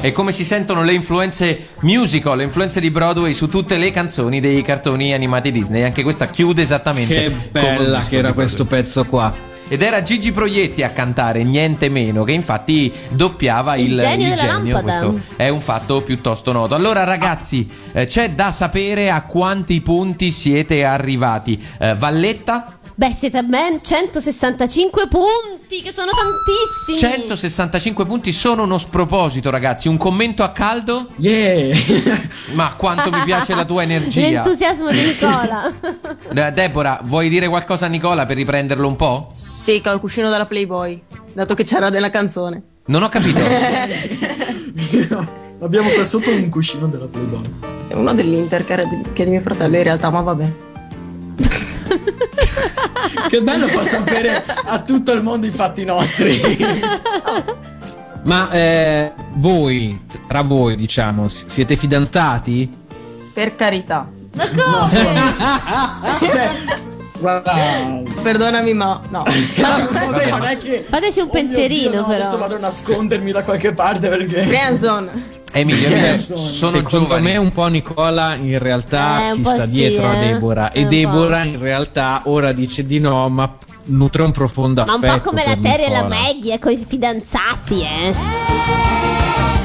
Speaker 2: E come si sentono le influenze musical, le influenze di Broadway su tutte le canzoni dei cartoni animati Disney. Anche questa chiude esattamente.
Speaker 4: Che bella che era questo pezzo qua.
Speaker 2: Ed era Gigi Proietti a cantare, niente meno, che infatti doppiava il,
Speaker 5: Il genio della
Speaker 2: genio.
Speaker 5: lampada.
Speaker 2: Questo è un fatto piuttosto noto. Allora, ragazzi, eh, c'è da sapere a quanti punti siete arrivati. Eh, Valletta,
Speaker 5: Beh, siete a ben 165 punti, che sono tantissimi.
Speaker 2: 165 punti sono uno sproposito, ragazzi. Un commento a caldo? Yeah! Ma quanto mi piace la tua energia.
Speaker 5: L'entusiasmo di Nicola.
Speaker 2: Eh, Deborah, vuoi dire qualcosa a Nicola per riprenderlo un po'?
Speaker 3: Sì, che ho il cuscino della Playboy, dato che c'era della canzone.
Speaker 2: Non ho capito.
Speaker 7: Abbiamo qua sotto un cuscino della Playboy.
Speaker 3: È uno dell'Inter che, era di, che è di mio fratello in realtà, ma vabbè.
Speaker 7: Che bello fa sapere a tutto il mondo i fatti nostri.
Speaker 4: Ma eh, voi, tra voi, diciamo, si- siete fidanzati?
Speaker 3: Per carità.
Speaker 5: Ma come?
Speaker 7: Guarda.
Speaker 3: Perdonami, ma no.
Speaker 7: Vabbè, non è che.
Speaker 5: Fateci un
Speaker 7: Oh mio
Speaker 5: pensierino,
Speaker 7: Dio, no,
Speaker 5: però.
Speaker 7: Adesso vado a nascondermi da qualche parte perché.
Speaker 3: Friendzone.
Speaker 2: Emilio, cioè,
Speaker 4: Sono
Speaker 2: sono
Speaker 4: Secondo
Speaker 2: giovani.
Speaker 4: me un po' Nicola in realtà
Speaker 5: Eh, un
Speaker 4: ci
Speaker 5: po'
Speaker 4: sta
Speaker 5: sì,
Speaker 4: dietro a
Speaker 5: eh.
Speaker 4: Deborah
Speaker 5: Eh,
Speaker 4: e
Speaker 5: un po'.
Speaker 4: Deborah in realtà ora dice di no ma nutre un profondo
Speaker 5: Ma un
Speaker 4: affetto
Speaker 5: po' come la
Speaker 4: per
Speaker 5: Terry e la
Speaker 4: Nicola.
Speaker 5: Maggie, eh, con i fidanzati, eh.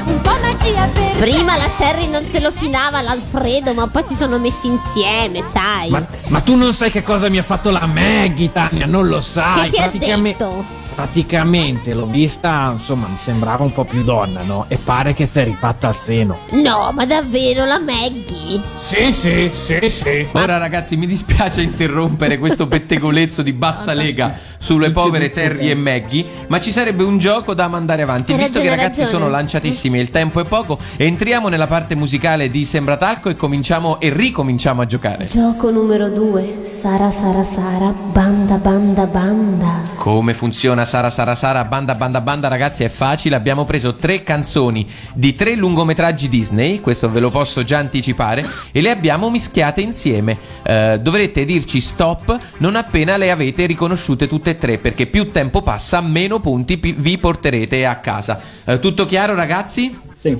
Speaker 13: Un po' magia per
Speaker 5: Prima la Terry non se lo finava l'Alfredo, ma poi si sono messi insieme, sai.
Speaker 4: Ma, ma tu non sai che cosa mi ha fatto la Maggie Tania, non lo sai.
Speaker 5: che ti ha
Speaker 4: Praticame-
Speaker 5: detto?
Speaker 4: praticamente l'ho vista, insomma, mi sembrava un po' più donna, no? E pare che sei rifatta al seno.
Speaker 5: No, ma davvero la Maggie?
Speaker 4: Sì, sì, sì, sì.
Speaker 2: Ora ragazzi mi dispiace interrompere questo pettegolezzo di bassa lega sulle povere Terry e Maggie, ma ci sarebbe un gioco da mandare avanti.
Speaker 5: Hai
Speaker 2: Visto
Speaker 5: ragione,
Speaker 2: che ragazzi
Speaker 5: hai ragione.
Speaker 2: sono lanciatissimi e il tempo è poco, entriamo nella parte musicale di Sembratalco e cominciamo e ricominciamo a giocare.
Speaker 5: Gioco numero 2, Sara Sara Sara, banda banda banda.
Speaker 2: Come funziona Sara Sara Sara Banda Banda Banda ragazzi è facile abbiamo preso tre canzoni di tre lungometraggi Disney questo ve lo posso già anticipare e le abbiamo mischiate insieme Eh, dovrete dirci stop non appena le avete riconosciute tutte e tre perché più tempo passa meno punti pi- vi porterete a casa Eh, tutto chiaro ragazzi?
Speaker 7: Sì,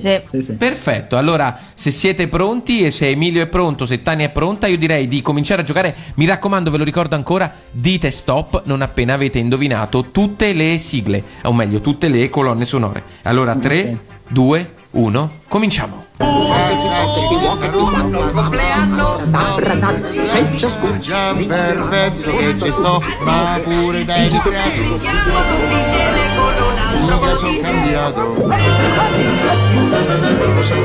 Speaker 2: Perfetto, allora se siete pronti e se Emilio è pronto, se Tania è pronta, io direi di cominciare a giocare. Mi raccomando, ve lo ricordo ancora, dite stop non appena avete indovinato tutte le sigle, o meglio, tutte le colonne sonore.
Speaker 7: Mm,
Speaker 2: Allora 3, 2, 1, cominciamo.
Speaker 12: Già per mezzo che ci sto, ma pure dai ricreati. Mica son cambiato.
Speaker 9: oh?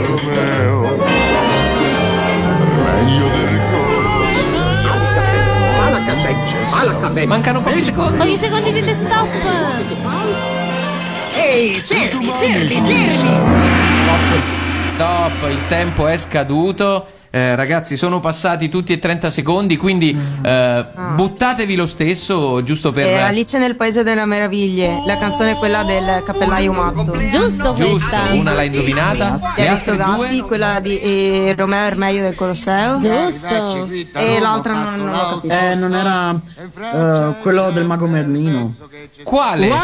Speaker 12: Romeo, meglio del corso.
Speaker 2: Mancano
Speaker 9: Eh,
Speaker 2: pochi secondi.
Speaker 5: Pochi secondi di stop.
Speaker 12: Ehi, fermi, fermi, fermi.
Speaker 2: Stop, il tempo è scaduto. Eh, ragazzi, sono passati tutti e 30 secondi, quindi eh, buttatevi lo stesso, giusto per...
Speaker 3: Eh, Alice nel Paese delle Meraviglie, la canzone è quella del cappellaio matto.
Speaker 5: Giusto
Speaker 2: Giusto, una l'ha indovinata.
Speaker 3: Gli
Speaker 2: Le altre due?
Speaker 3: Aristogatti, quella di eh, Romeo Ermeio del Colosseo.
Speaker 5: Giusto.
Speaker 3: E l'altra non, non l'ho capita.
Speaker 7: Eh, non era eh, quello del mago Merlino.
Speaker 2: Quale?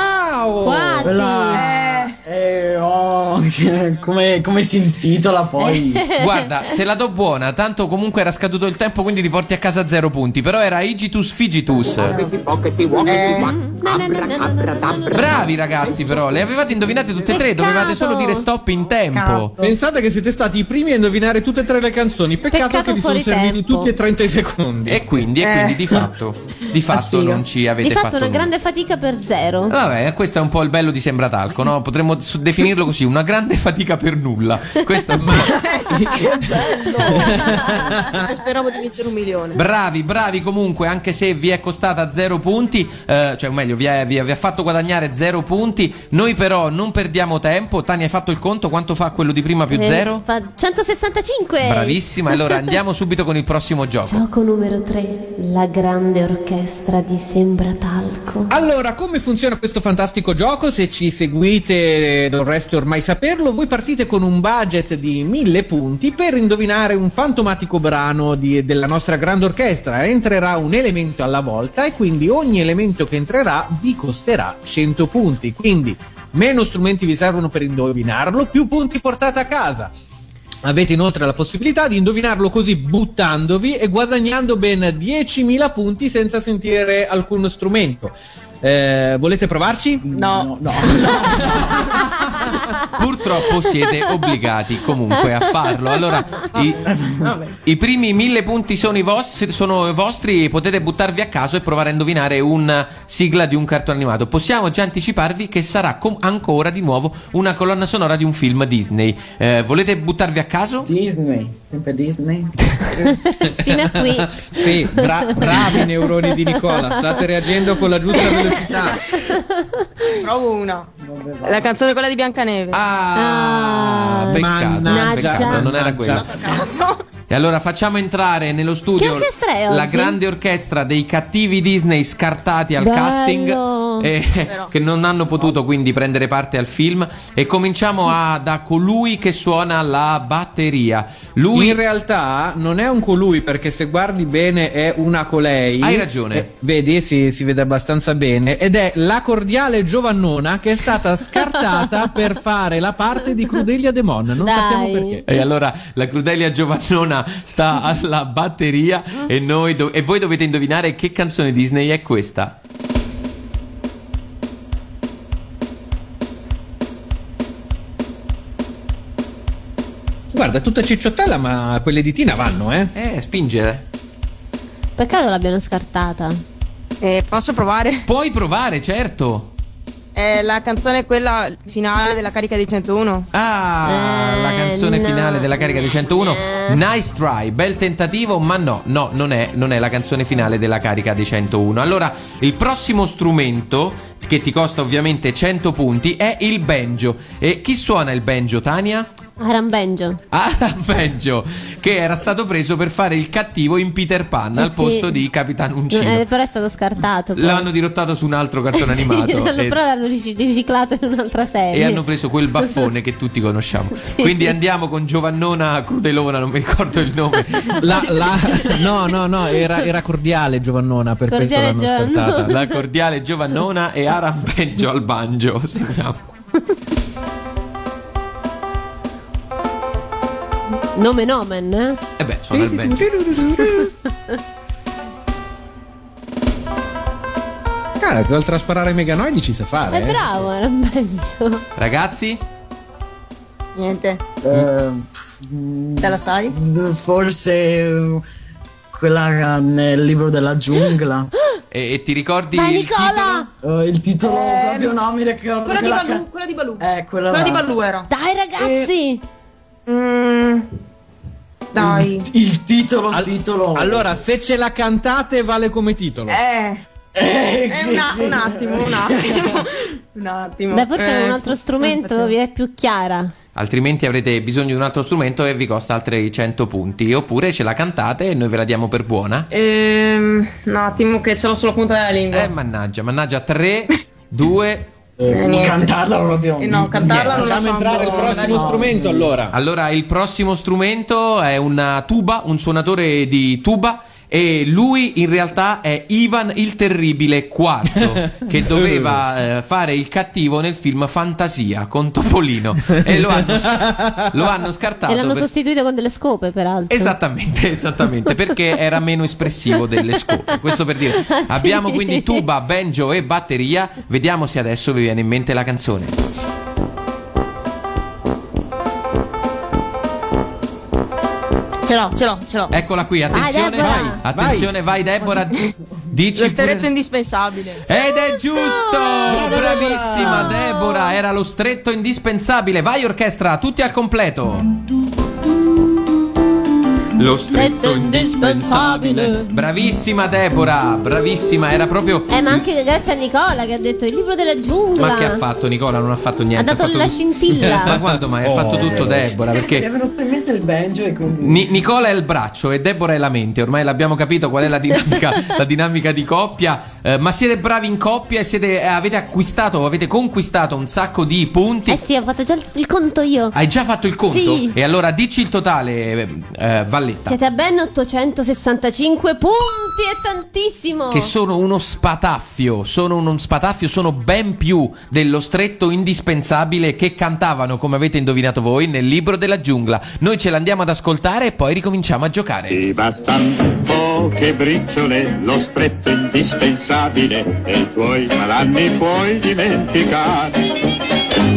Speaker 4: Wow!
Speaker 5: Quasi.
Speaker 7: Quella- Eh, oh, come, come si intitola poi?
Speaker 2: Guarda, te la do buona, tanto comunque era scaduto il tempo, quindi ti porti a casa zero punti. Però era Igitus Figitus.
Speaker 5: No, no, no, no, no, no, no.
Speaker 2: Bravi ragazzi, però, le avevate indovinate tutte e tre, dovevate solo dire stop in tempo.
Speaker 4: Pensate che siete stati i primi a indovinare tutte e tre le canzoni. Peccato,
Speaker 5: Peccato
Speaker 4: che vi sono
Speaker 5: fuori
Speaker 4: serviti
Speaker 5: tempo.
Speaker 4: tutti e 30 i secondi.
Speaker 2: E quindi, e quindi di fatto, di fatto Ah, non ci avete
Speaker 5: Di fatto una
Speaker 2: nulla.
Speaker 5: grande fatica per zero.
Speaker 2: Vabbè, questo è un po' il bello di Sembratalco, no? Potremmo su- definirlo così, una grande fatica per nulla. Questo è un po'-
Speaker 3: Speravo di vincere un milione.
Speaker 2: Bravi, bravi comunque, anche se vi è costata 0 punti, eh, cioè o meglio, vi, è- vi è- vi ha fatto guadagnare 0 punti. Noi però non perdiamo tempo. Tania, hai fatto il conto? Quanto fa quello di prima più
Speaker 5: Eh,
Speaker 2: 0?
Speaker 5: Fa 165.
Speaker 2: Bravissima, allora andiamo subito con il prossimo gioco.
Speaker 5: Gioco numero 3, la grande orchestra di Sembratalco.
Speaker 4: Allora, come funziona questo fantastico gioco? Se ci seguite, dovreste ormai saperlo. Voi partite con un budget di 1000 punti per indovinare un fantomatico brano di- della nostra grande orchestra. Entrerà un elemento alla volta e quindi ogni elemento che entrerà vi costerà 100 punti. Quindi, meno strumenti vi servono per indovinarlo, più punti portate a casa. Avete inoltre la possibilità di indovinarlo così buttandovi e guadagnando ben 10.000 punti senza sentire alcun strumento. Eh, volete provarci?
Speaker 3: No.
Speaker 2: Purtroppo siete obbligati comunque a farlo. Allora, i, i primi mille punti sono, i vostri, sono vostri e potete buttarvi a caso e provare a indovinare una sigla di un cartone animato. Possiamo già anticiparvi che sarà com- ancora di nuovo una colonna sonora di un film Disney. Eh, volete buttarvi a caso?
Speaker 7: Disney, sempre Disney.
Speaker 5: Fino a qui.
Speaker 4: Sì, bra- bravi neuroni di Nicola, state reagendo con la giusta velocità.
Speaker 3: Provo una. La canzone è quella di Biancaneve.
Speaker 2: Ah,
Speaker 5: Ah,
Speaker 2: peccato,
Speaker 5: mannaggia.
Speaker 2: peccato, non era quella.
Speaker 3: So-
Speaker 2: E allora facciamo entrare nello
Speaker 5: Che
Speaker 2: studio
Speaker 5: orchestra è
Speaker 2: la
Speaker 5: oggi?
Speaker 2: grande orchestra dei cattivi Disney scartati al
Speaker 5: Bello.
Speaker 2: casting eh, che non hanno potuto quindi prendere parte al film e cominciamo a, da colui che suona la batteria. Lui
Speaker 4: In realtà non è un colui perché se guardi bene è una colei.
Speaker 2: Hai ragione.
Speaker 4: Eh, vedi, si, si vede abbastanza bene. Ed è la cordiale Giovannona che è stata scartata per fare la parte di Crudelia Demon. Non
Speaker 5: Dai.
Speaker 4: sappiamo perché.
Speaker 2: e allora la Crudelia Giovannona sta alla batteria e, noi do- e voi dovete indovinare che canzone Disney è questa.
Speaker 4: Guarda, è tutta cicciottella, ma quelle di Tina vanno, eh.
Speaker 2: Eh, spingere.
Speaker 5: Peccato l'abbiano scartata.
Speaker 3: Eh, posso provare?
Speaker 2: Puoi provare, certo.
Speaker 3: Eh, la canzone è quella finale della carica di 101.
Speaker 2: Ah,
Speaker 5: Eh,
Speaker 2: la canzone
Speaker 5: no. Eh.
Speaker 2: finale della carica di 101. Nice try, bel tentativo, ma no, no, non è, non è la canzone finale della carica di 101. Allora, il prossimo strumento, che ti costa ovviamente 100 punti, è il banjo. E chi suona il banjo, Tania?
Speaker 5: Arambenjo.
Speaker 2: Peggio, che era stato preso per fare il cattivo in Peter Pan al
Speaker 5: Eh Sì.
Speaker 2: posto di Capitan Uncino.
Speaker 5: Eh, però è stato scartato. poi.
Speaker 2: L'hanno dirottato su un altro cartone
Speaker 5: Sì,
Speaker 2: animato.
Speaker 5: l'hanno-
Speaker 2: e-
Speaker 5: però l'hanno ric- riciclato in un'altra serie.
Speaker 2: e hanno preso quel baffone che tutti conosciamo. Quindi andiamo con Giovannona Crudelona, non mi ricordo il nome.
Speaker 4: La- la- no, no, no, era, era cordiale Giovannona, per questo
Speaker 5: Cordiale
Speaker 4: l'hanno
Speaker 5: Giovannona.
Speaker 4: scartata.
Speaker 2: La cordiale Giovannona e Arampeggio al banjo. sentiamo.
Speaker 5: Nome nomen. eh?
Speaker 2: E beh, suona il banjo.
Speaker 4: Cara, che oltre a sparare ai meganoidi ci sa fare.
Speaker 5: È
Speaker 4: eh.
Speaker 5: bravo Arambenjo.
Speaker 2: Ragazzi,
Speaker 3: Niente.
Speaker 7: Te
Speaker 3: la sai?
Speaker 7: Eh, Forse eh, quella eh, nel libro della giungla.
Speaker 2: e, e ti ricordi
Speaker 7: Dai,
Speaker 2: il
Speaker 7: Nicola!
Speaker 2: titolo?
Speaker 7: Eh, il titolo
Speaker 3: Eh,
Speaker 7: proprio nomine che
Speaker 3: Quella di Balù, quella di Balù.
Speaker 7: Eh, quella,
Speaker 3: Quella
Speaker 7: là.
Speaker 3: di Balù era. Eh, mm,
Speaker 5: Dai ragazzi.
Speaker 3: Dai.
Speaker 7: Il titolo, il titolo.
Speaker 4: Allora, se ce la cantate vale come titolo.
Speaker 3: Eh. Eh, una- un attimo, un attimo. un attimo.
Speaker 5: Beh, forse con
Speaker 3: Eh.
Speaker 5: un altro strumento vi è più chiara.
Speaker 2: Altrimenti avrete bisogno di un altro strumento e vi costa altri 100 punti. Oppure ce la cantate e noi ve la diamo per buona.
Speaker 3: Ehm, un attimo che ce l'ho sulla punta della lingua.
Speaker 2: Eh, mannaggia, mannaggia, 3, 2.
Speaker 3: Eh, niente. cantarla
Speaker 7: proprio.
Speaker 3: Eh, no, cantarla non la
Speaker 4: Facciamo
Speaker 3: so
Speaker 4: entrare il
Speaker 3: ancora,
Speaker 4: prossimo
Speaker 3: no.
Speaker 4: strumento allora.
Speaker 2: Allora, il prossimo strumento è una tuba, un suonatore di tuba. E lui in realtà è Ivan il Terribile IV, che doveva eh, fare il cattivo nel film Fantasia con Topolino. E lo hanno, lo hanno scartato.
Speaker 5: e l'hanno
Speaker 2: per-
Speaker 5: sostituito con delle scope, peraltro.
Speaker 2: Esattamente, esattamente, perché era meno espressivo delle scope. Questo per dire.
Speaker 5: Ah, Sì.
Speaker 2: Abbiamo quindi tuba, banjo e batteria. Vediamo se adesso vi viene in mente la canzone.
Speaker 3: Ce l'ho, ce l'ho, ce l'ho.
Speaker 2: Eccola qui,
Speaker 3: Vai,
Speaker 2: attenzione,
Speaker 3: Deborah.
Speaker 2: attenzione, vai, Deborah. Dici
Speaker 3: Lo sterretto
Speaker 2: pure- Eh,
Speaker 3: indispensabile.
Speaker 2: Ed è giusto! Bravissima Deborah, era lo stretto indispensabile. Vai orchestra, tutti al completo. Lo
Speaker 5: Stretto indispensabile.
Speaker 2: Bravissima Deborah, bravissima, era proprio
Speaker 5: Eh, ma anche grazie a Nicola che ha detto il libro della giungla.
Speaker 2: Ma che ha fatto Nicola? Non ha fatto niente.
Speaker 5: Ha dato
Speaker 2: fatto
Speaker 5: la
Speaker 2: tutto-
Speaker 5: scintilla.
Speaker 2: Ma quando mai? Ha fatto tutto Deborah
Speaker 7: Mi è
Speaker 2: perché...
Speaker 7: venuto in mente il banjo e quindi.
Speaker 2: Ni- Nicola è il braccio e Deborah è la mente, ormai l'abbiamo capito qual è la dinamica, la dinamica di coppia, Eh, ma siete bravi in coppia e siete- eh, avete acquistato, avete conquistato un sacco di punti.
Speaker 5: Eh sì, ho fatto già il, il conto io.
Speaker 2: Hai già fatto il conto?
Speaker 5: Sì.
Speaker 2: E allora dici il totale, eh, eh, Valletta,
Speaker 5: Siete a ben 865 punti, è tantissimo.
Speaker 2: che sono uno spataffio, sono uno spataffio, sono ben più dello stretto indispensabile che cantavano, come avete indovinato voi, nel libro della giungla. Noi ce l'andiamo ad ascoltare e poi ricominciamo a giocare.
Speaker 1: Ti bastano poche Oh, briciole, lo stretto indispensabile e i tuoi malanni puoi dimenticare.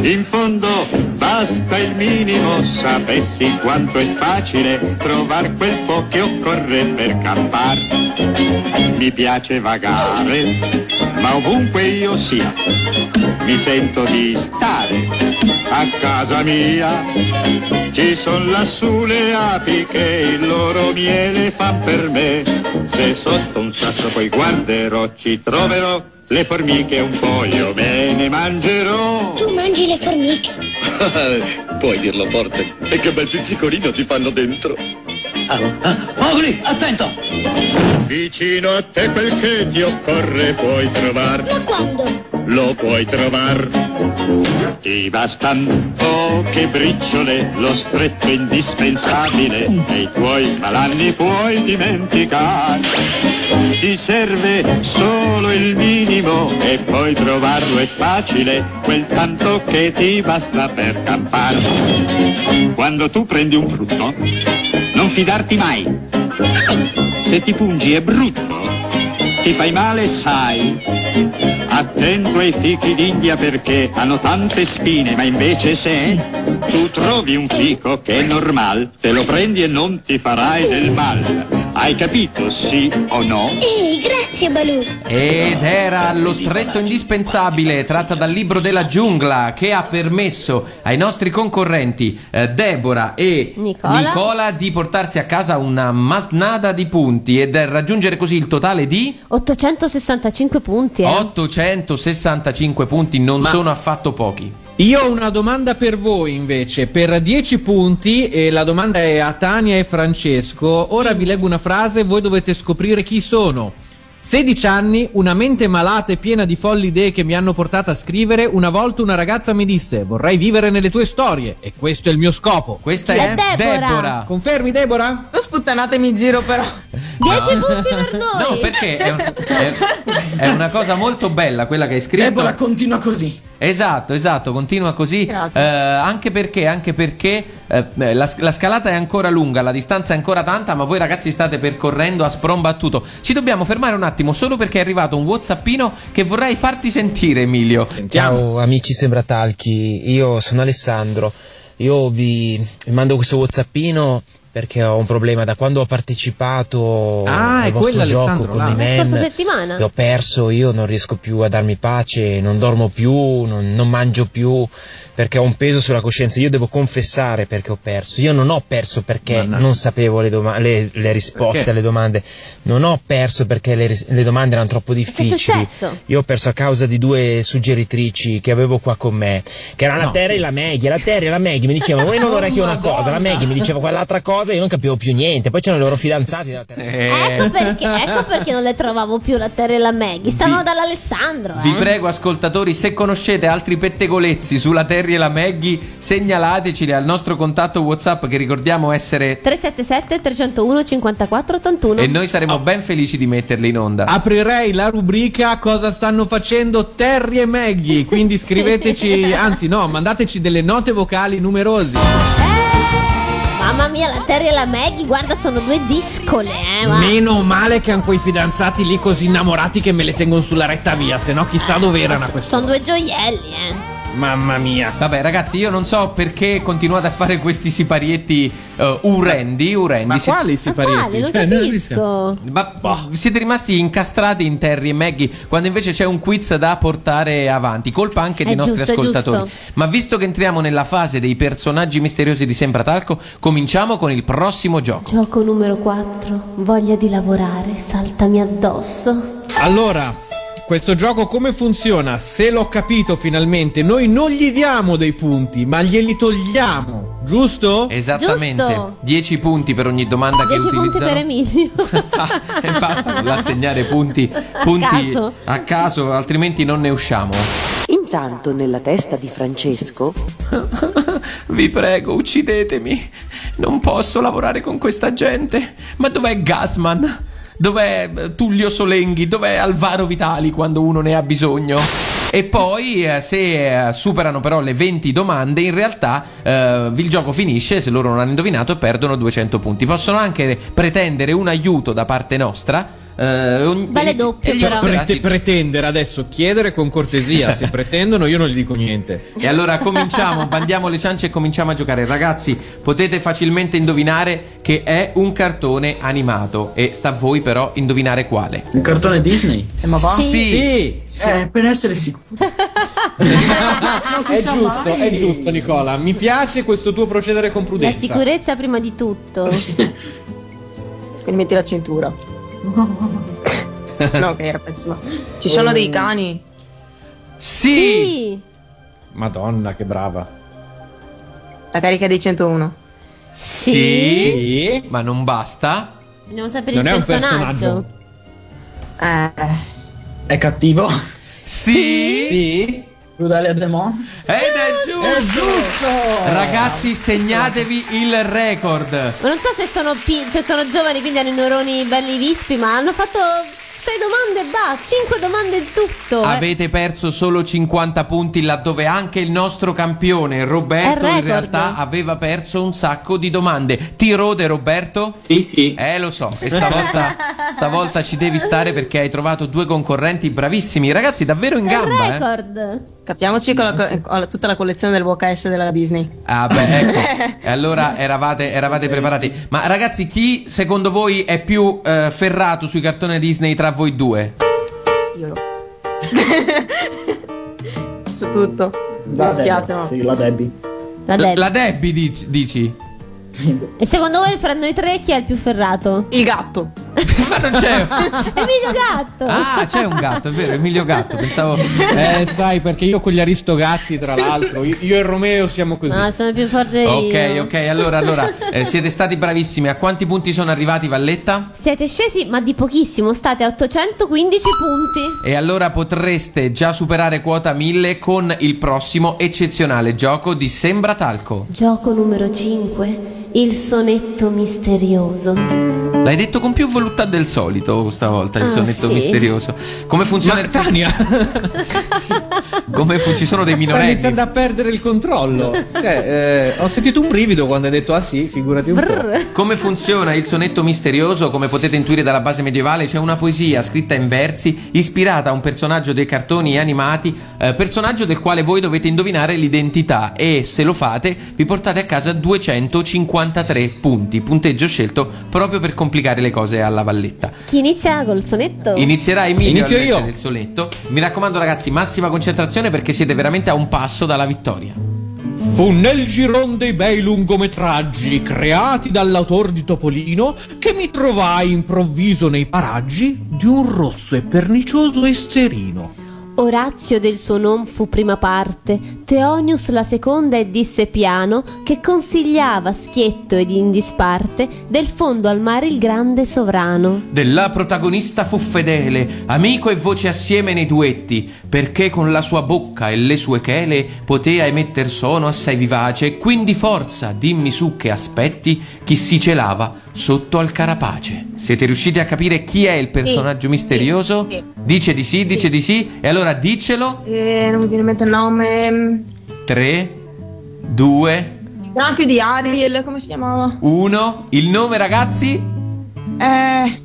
Speaker 1: In fondo basta il minimo, sapessi quanto è facile trovar quel po' che occorre per campar. Mi piace vagare, ma ovunque io sia, mi sento di stare a casa mia. Ci son lassù le api che il loro miele fa per me. Se sotto un sasso poi guarderò, ci troverò le formiche e un foglio me ne mangerò.
Speaker 13: Tu mangi le formiche.
Speaker 1: Puoi dirlo forte. E che bel pizzicorino ti fanno dentro.
Speaker 12: Mowgli, attento!
Speaker 1: Vicino a te quel che ti occorre puoi trovar.
Speaker 13: Quando?
Speaker 1: Lo puoi trovar. Ti bastan poche briciole, lo stretto indispensabile e i tuoi malanni puoi dimenticare. Ti serve solo il minimo e poi trovarlo è facile, quel tanto che ti basta per campare. Quando tu prendi un frutto, non fidarti mai. Se ti pungi è brutto, ti fai male sai. Attento ai fichi d'India perché hanno tante spine, ma invece se tu trovi un fico che è normale, te lo prendi e non ti farai del male. Hai capito sì o no?
Speaker 13: Ehi, grazie Balù.
Speaker 2: Ed era lo stretto indispensabile tratta dal libro della giungla che ha permesso ai nostri concorrenti eh, Deborah e
Speaker 5: Nicola.
Speaker 2: Nicola di portarsi a casa una masnada di punti ed eh, raggiungere così il totale di
Speaker 5: 865 punti, eh.
Speaker 2: 865 punti, non sono affatto pochi.
Speaker 4: Io ho una domanda per voi invece, per 10 punti, e la domanda è a Tania e Francesco. Ora vi leggo una frase, voi dovete scoprire chi sono. 16 anni, una mente malata e piena di folli idee che mi hanno portato a scrivere, una volta una ragazza mi disse vorrei vivere nelle tue storie e questo è il mio scopo.
Speaker 2: Questa Chi è è? Deborah. Deborah.
Speaker 4: Confermi Deborah?
Speaker 3: Non sputtanatemi in giro però.
Speaker 5: 10 punti per noi.
Speaker 2: No, perché è, è- è una cosa molto bella quella che hai scritto.
Speaker 7: Deborah continua così.
Speaker 2: Esatto, esatto, continua così.
Speaker 7: Grazie.
Speaker 2: Eh, anche perché, anche perché eh, la, la scalata è ancora lunga, la distanza è ancora tanta, ma voi ragazzi state percorrendo a sprombattuto. Ci dobbiamo fermare un attimo solo perché è arrivato un Whatsappino che vorrei farti sentire, Emilio.
Speaker 14: Ciao amici Sembra Talchi, io sono Alessandro, io vi mando questo whatsappino perché ho un problema, da quando ho partecipato
Speaker 4: Ah, è
Speaker 14: al vostro
Speaker 4: quello,
Speaker 14: gioco
Speaker 4: Alessandro,
Speaker 14: con
Speaker 4: là.
Speaker 14: i
Speaker 5: Scorsa
Speaker 14: men,
Speaker 5: settimana.
Speaker 14: e ho perso, io non riesco più a darmi pace, non dormo più, non, non mangio più perché ho un peso sulla coscienza, io devo confessare perché ho perso, io non ho perso perché non sapevo le, doma- le- le risposte
Speaker 15: Perché?
Speaker 14: alle domande, non ho perso perché le, ris- le domande erano troppo difficili.
Speaker 15: successo?
Speaker 14: Io ho perso a causa di due suggeritrici che avevo qua con me, che erano la
Speaker 15: No,
Speaker 14: Terra e la Maggie. La Terra e la Maggie mi dicevano una in un orecchio una cosa, la Maggie mi diceva quell'altra cosa e io non capivo più niente. Poi c'erano i loro fidanzati della Terra.
Speaker 5: Ecco perché, ecco perché non le trovavo più la Terra e la Maggie. Stavano dall'Alessandro.
Speaker 2: Vi
Speaker 5: eh.
Speaker 2: prego, ascoltatori, se conoscete altri pettegolezzi sulla Terry e la Maggie, segnalateceli al nostro contatto WhatsApp che ricordiamo essere.
Speaker 5: 377 301 54 81.
Speaker 2: E noi saremo ben felici di metterli in onda.
Speaker 4: Aprirei la rubrica cosa stanno facendo Terry e Maggie, quindi scriveteci, anzi no, mandateci delle note vocali numerose.
Speaker 5: Mamma mia, la Terry e la Maggie, guarda, sono due discole, eh. ma-
Speaker 4: Meno male che hanno quei fidanzati lì così innamorati che me le tengono sulla retta via, se no chissà dove erano a questo.
Speaker 5: Sono due gioielli, eh.
Speaker 4: Mamma mia.
Speaker 2: Vabbè, ragazzi, io non so perché continuate a fare questi siparietti eh, urendi, urendi.
Speaker 4: Ma
Speaker 2: Si-
Speaker 4: quali siparietti? Cioè,
Speaker 5: Quale? Non
Speaker 2: Eh,
Speaker 5: capisco.
Speaker 2: Ma boh, siete rimasti incastrati in Terry e Maggie quando invece c'è un quiz da portare avanti, colpa anche dei
Speaker 5: È
Speaker 2: nostri
Speaker 5: giusto, è
Speaker 2: ascoltatori.
Speaker 5: giusto.
Speaker 2: Ma visto che entriamo nella fase dei personaggi misteriosi di Sempratalco, cominciamo con il prossimo gioco.
Speaker 5: Gioco numero 4. Voglia di lavorare, saltami addosso.
Speaker 4: Allora, questo gioco come funziona? Se l'ho capito finalmente, noi non gli diamo dei punti, ma glieli togliamo, giusto?
Speaker 2: Esattamente,
Speaker 5: Giusto.
Speaker 2: 10 punti per ogni domanda che
Speaker 5: 10 punti per
Speaker 2: utilizzano.
Speaker 5: Emilio.
Speaker 2: e basta non assegnare punti, punti
Speaker 8: caso.
Speaker 2: a caso, altrimenti non ne usciamo.
Speaker 8: Intanto nella testa di Francesco
Speaker 2: Vi prego, uccidetemi. Non posso lavorare con questa gente. Ma dov'è Gasman? Dov'è eh, Tullio Solenghi? Dov'è Alvaro Vitali quando uno ne ha bisogno? E poi, eh, se eh, superano però le 20 domande, in realtà eh, il gioco finisce. Se loro non hanno indovinato, perdono 200 punti. Possono anche pretendere un aiuto da parte nostra. eh, ogni-
Speaker 5: Vale doppio,
Speaker 2: e gli
Speaker 4: Però
Speaker 2: osterà-
Speaker 4: prete- pretendere adesso, chiedere con cortesia, se pretendono io non gli dico niente.
Speaker 2: E allora cominciamo, bandiamo le ciance e cominciamo a giocare. Ragazzi, potete facilmente indovinare che è un cartone animato e sta a voi però indovinare quale.
Speaker 7: Un cartone Disney?
Speaker 2: Eh, ma va? Sì.
Speaker 7: sì. Eh, per essere sicuro.
Speaker 5: Ah,
Speaker 4: È giusto, è giusto Nicola, mi piace questo tuo procedere con
Speaker 5: La
Speaker 4: prudenza.
Speaker 5: sicurezza prima di tutto.
Speaker 3: Quindi metti la cintura. No, che era pessima. Ci sono dei cani.
Speaker 2: Sì!
Speaker 4: Madonna, che brava.
Speaker 3: La carica dei 101.
Speaker 2: Sì. Ma non basta.
Speaker 5: Andiamo a sapere
Speaker 2: Non
Speaker 5: il
Speaker 2: è un
Speaker 5: personaggio.
Speaker 2: personaggio.
Speaker 7: Eh. È cattivo?
Speaker 2: Sì.
Speaker 4: Sì.
Speaker 7: Crudele a demo?
Speaker 2: Ed è giusto! Ragazzi, segnatevi il record.
Speaker 5: Ma non so se sono, pi- se sono giovani, quindi hanno i neuroni belli vispi, ma hanno fatto 6 domande e va, 5 domande in tutto. eh.
Speaker 2: Avete perso solo 50 punti laddove anche il nostro campione Roberto
Speaker 5: È
Speaker 2: in
Speaker 5: record.
Speaker 2: realtà aveva perso un sacco di domande. Ti rode Roberto? Sì, sì. Eh, lo so, e stavolta, stavolta ci devi stare perché hai trovato due concorrenti bravissimi. Ragazzi, davvero in
Speaker 3: È
Speaker 2: gamba, eh?
Speaker 5: record.
Speaker 3: Capiamoci con, la co- con la- tutta la collezione del VHS della Disney.
Speaker 2: Ah, beh, ecco. E allora eravate, eravate preparati. Ma ragazzi, chi secondo voi è più eh, ferrato sui cartoni Disney tra voi due?
Speaker 3: Io. Su tutto. Mi
Speaker 7: La
Speaker 3: spiace,
Speaker 7: Debbie.
Speaker 3: ma.
Speaker 7: Sì, la Debbie.
Speaker 5: La Debbie.
Speaker 2: Debbie dici? dici?
Speaker 5: E secondo voi fra noi tre chi è il più ferrato?
Speaker 3: Il gatto.
Speaker 2: Ma non c'è.
Speaker 5: Emilio Gatto.
Speaker 2: Ah, c'è un gatto, è vero, Emilio Gatto. Pensavo.
Speaker 4: Eh, sai, perché io con gli aristogatti, tra l'altro, io, io e Romeo siamo così.
Speaker 5: No, sono più forte
Speaker 2: Ok,
Speaker 5: Ah, io.
Speaker 2: ok, allora, allora eh, siete stati bravissimi. A quanti punti sono arrivati, Valletta?
Speaker 5: Siete scesi, ma di pochissimo, state a 815 punti.
Speaker 2: E allora potreste già superare quota 1000 con il prossimo eccezionale gioco di Sembra Talco.
Speaker 5: Gioco numero 5, il sonetto misterioso.
Speaker 2: L'hai detto con più voluttà del solito stavolta, il
Speaker 5: Ah,
Speaker 2: sonetto
Speaker 5: sì?
Speaker 2: misterioso. Come funziona il
Speaker 4: Tania!
Speaker 2: Come fu- ci sono dei
Speaker 4: Sta
Speaker 2: minorenni.
Speaker 4: iniziando a perdere il controllo. Cioè, eh, ho sentito un brivido quando hai detto ah sì, figurati un po'.
Speaker 2: Come funziona il sonetto misterioso? Come potete intuire dalla base medievale, c'è una poesia scritta in versi ispirata a un personaggio dei cartoni animati, eh, personaggio del quale voi dovete indovinare l'identità e se lo fate vi portate a casa 253 punti, punteggio scelto proprio per complicare le cose alla valletta.
Speaker 5: Chi inizia col sonetto?
Speaker 2: Inizierà Emilio
Speaker 4: Inizio
Speaker 2: a leggere
Speaker 4: io.
Speaker 2: il sonetto. Mi raccomando ragazzi, massima concentrazione perché siete veramente a un passo dalla vittoria.
Speaker 4: Fu nel giron dei bei lungometraggi creati dall'autor di Topolino che mi trovai improvviso nei paraggi di un rosso e pernicioso esterino.
Speaker 5: Orazio del suo non fu prima parte, Teonius la seconda e disse piano che consigliava schietto ed in disparte del fondo al mare il grande sovrano.
Speaker 2: Della protagonista fu fedele, amico e voce assieme nei duetti, perché con la sua bocca e le sue chele potea emetter sono assai vivace, quindi forza, dimmi su che aspetti, chi si celava sotto al carapace. Siete riusciti a capire chi è il personaggio
Speaker 3: Sì,
Speaker 2: misterioso?
Speaker 3: sì, sì.
Speaker 2: Dice di sì, dice di sì, e allora diccelo.
Speaker 3: Eh, non mi viene in mente il nome.
Speaker 2: 3, 2,
Speaker 3: Granchio di Ariel, come si chiamava?
Speaker 2: 1. Il nome ragazzi?
Speaker 3: Eh.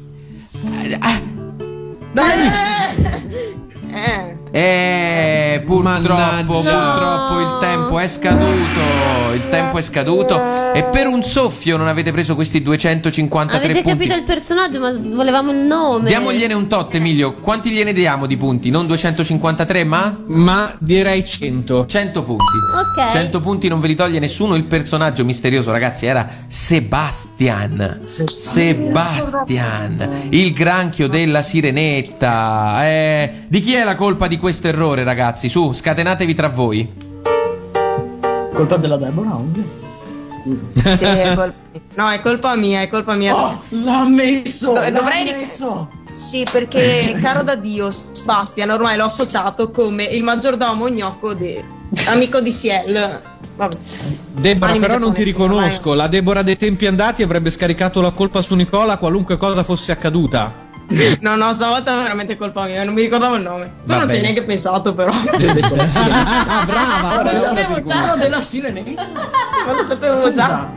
Speaker 2: Eh, purtroppo, purtroppo il tempo è scaduto. Il tempo è scaduto. E per un soffio non avete preso questi 253
Speaker 5: Avete
Speaker 2: punti.
Speaker 5: capito il personaggio, ma volevamo il nome.
Speaker 2: Diamogliene un tot, Emilio. Quanti gliene diamo di punti? Non 253, ma?
Speaker 4: Ma direi 100.
Speaker 2: 100 punti.
Speaker 5: Ok.
Speaker 2: 100 punti non ve li toglie nessuno. Il personaggio misterioso, ragazzi, era Sebastian. Sebastian, il granchio della sirenetta. Eh, di chi è la colpa di questo errore, ragazzi? Su, scatenatevi tra voi.
Speaker 7: Colpa della Deborah, anche. Scusa.
Speaker 3: Sì, è colpa- no, è colpa mia, è colpa mia.
Speaker 7: Oh, l'ha messo!
Speaker 3: Dov-
Speaker 7: l'ha
Speaker 3: dovrei
Speaker 7: messo!
Speaker 3: Sì, perché caro da Dio, Sebastian ormai l'ho associato come il maggiordomo gnocco de- amico di Ciel. Vabbè.
Speaker 4: Debora,
Speaker 3: Anime
Speaker 4: però non ti
Speaker 3: giapponese,
Speaker 4: riconosco. La Debora dei tempi andati avrebbe scaricato la colpa su Nicola qualunque cosa fosse accaduta.
Speaker 3: ormai. No, no, stavolta è veramente colpa mia, non mi ricordavo il nome. Tu
Speaker 4: Va
Speaker 3: non ci
Speaker 4: bene.
Speaker 3: hai neanche pensato, però.
Speaker 2: Ah,
Speaker 4: Brava!
Speaker 3: Ma lo sapevo già.
Speaker 7: della sirenetta.
Speaker 3: Ma lo sapevo già.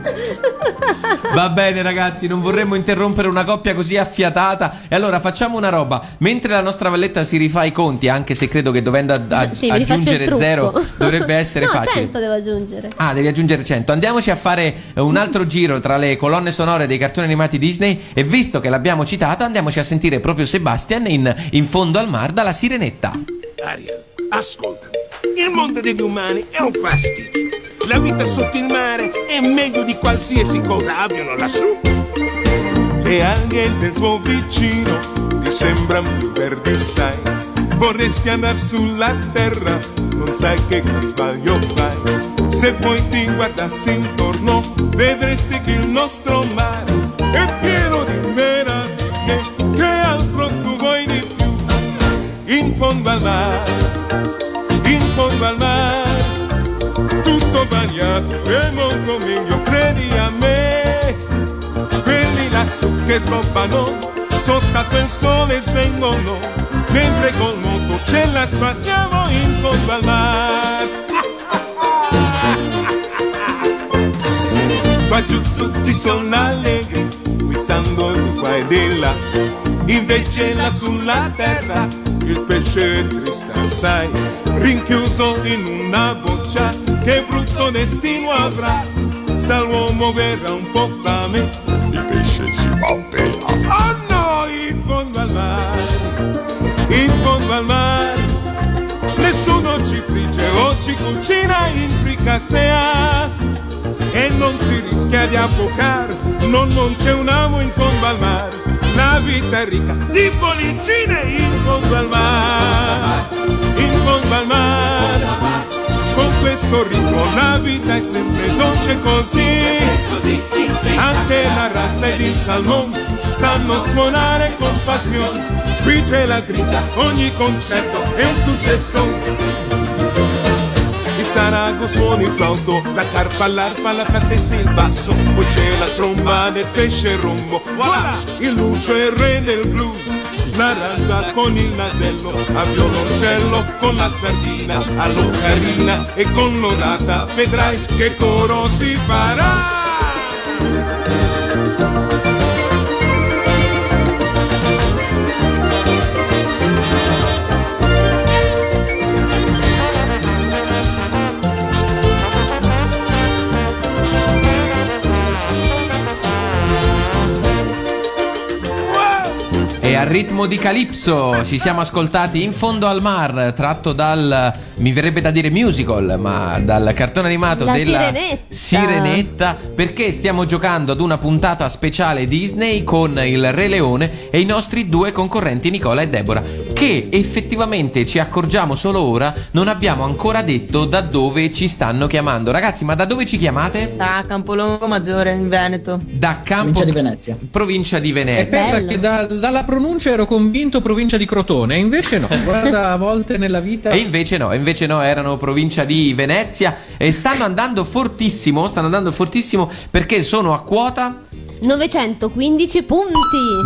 Speaker 2: Va bene ragazzi, non vorremmo interrompere una coppia così affiatata. E allora facciamo una roba. Mentre la nostra valletta si rifà i conti, anche se credo che dovendo ad- ad-
Speaker 5: Sì, vi rifaccio il
Speaker 2: aggiungere
Speaker 5: trucco.
Speaker 2: zero dovrebbe essere
Speaker 5: no,
Speaker 2: facile.
Speaker 5: 100 devo aggiungere.
Speaker 2: Ah, devi aggiungere 100. Andiamoci a fare eh, un altro giro tra le colonne sonore dei cartoni animati Disney e visto che l'abbiamo citata, andiamoci a sentire proprio Sebastian in In fondo al mar dalla sirenetta.
Speaker 15: Ariel, ascoltami. Il mondo degli umani è un pasticcio. La vita sotto il mare è meglio di qualsiasi cosa abbiano lassù. Le alghe del tuo vicino ti sembrano più verdi, sai. Vorresti andare sulla terra, non sai che sbaglio fai. Se poi ti guardassi intorno, vedresti che il nostro mare è pieno di meraviglie. Che altro tu vuoi di più? in fondo al mare, in fondo al mare, tutto bagnato e molto meglio, credi a me, quelli lassù che sbombano, sotto a quel sole svengono, mentre col moto ce la spassiamo in fondo al mare. Qua giù tutti sono allegri, guizzando di qua e di là, invece là sulla terra il pesce è triste assai, rinchiuso in una boccia, che brutto destino avrà, se l'uomo verrà un po' fame, il pesce si pomperà. Oh no, in fondo al mare, in fondo al mare, nessuno ci frigge o ci cucina in fricassea e non si rischia di affocare, no, non c'è un amo in fondo al mare, una vita ricca di bollicine in fondo al mare, in fondo al mare. Con questo ritmo la vita è sempre dolce così, anche la razza ed il salmone sanno suonare con passione. Qui c'è la grinta, ogni concerto è un successo. Il sarago suona il flauto, la carpa, l'arpa, la catessa e il basso Poi c'è la tromba del pesce e il rombo Voilà, il lucio è il re del blues L'arancia con il nasello, a violoncello con la sardina A l'ocarina e con l'orata vedrai che coro si farà
Speaker 2: E al ritmo di Calypso ci siamo ascoltati In fondo al mar, tratto dal, mi verrebbe da dire musical, ma dal cartone animato
Speaker 5: La
Speaker 2: della
Speaker 5: Sirenetta.
Speaker 2: Sirenetta, perché stiamo giocando ad una puntata speciale Disney con il Re Leone e i nostri due concorrenti Nicola e Deborah, che effettivamente ci accorgiamo solo ora, non abbiamo ancora detto da dove ci stanno chiamando. Ragazzi, ma da dove ci chiamate?
Speaker 3: Da Campolongo Maggiore in Veneto.
Speaker 2: Da Campo... Provincia di Venezia. Provincia di
Speaker 4: E
Speaker 2: Venezia.
Speaker 4: Eh, pensa che da- dalla pronuncia ero convinto provincia di Crotone, e invece no, guarda a volte nella vita...
Speaker 2: E invece no, invece no, erano provincia di Venezia e stanno andando fortissimo, stanno andando fortissimo perché sono a quota
Speaker 5: 915 punti.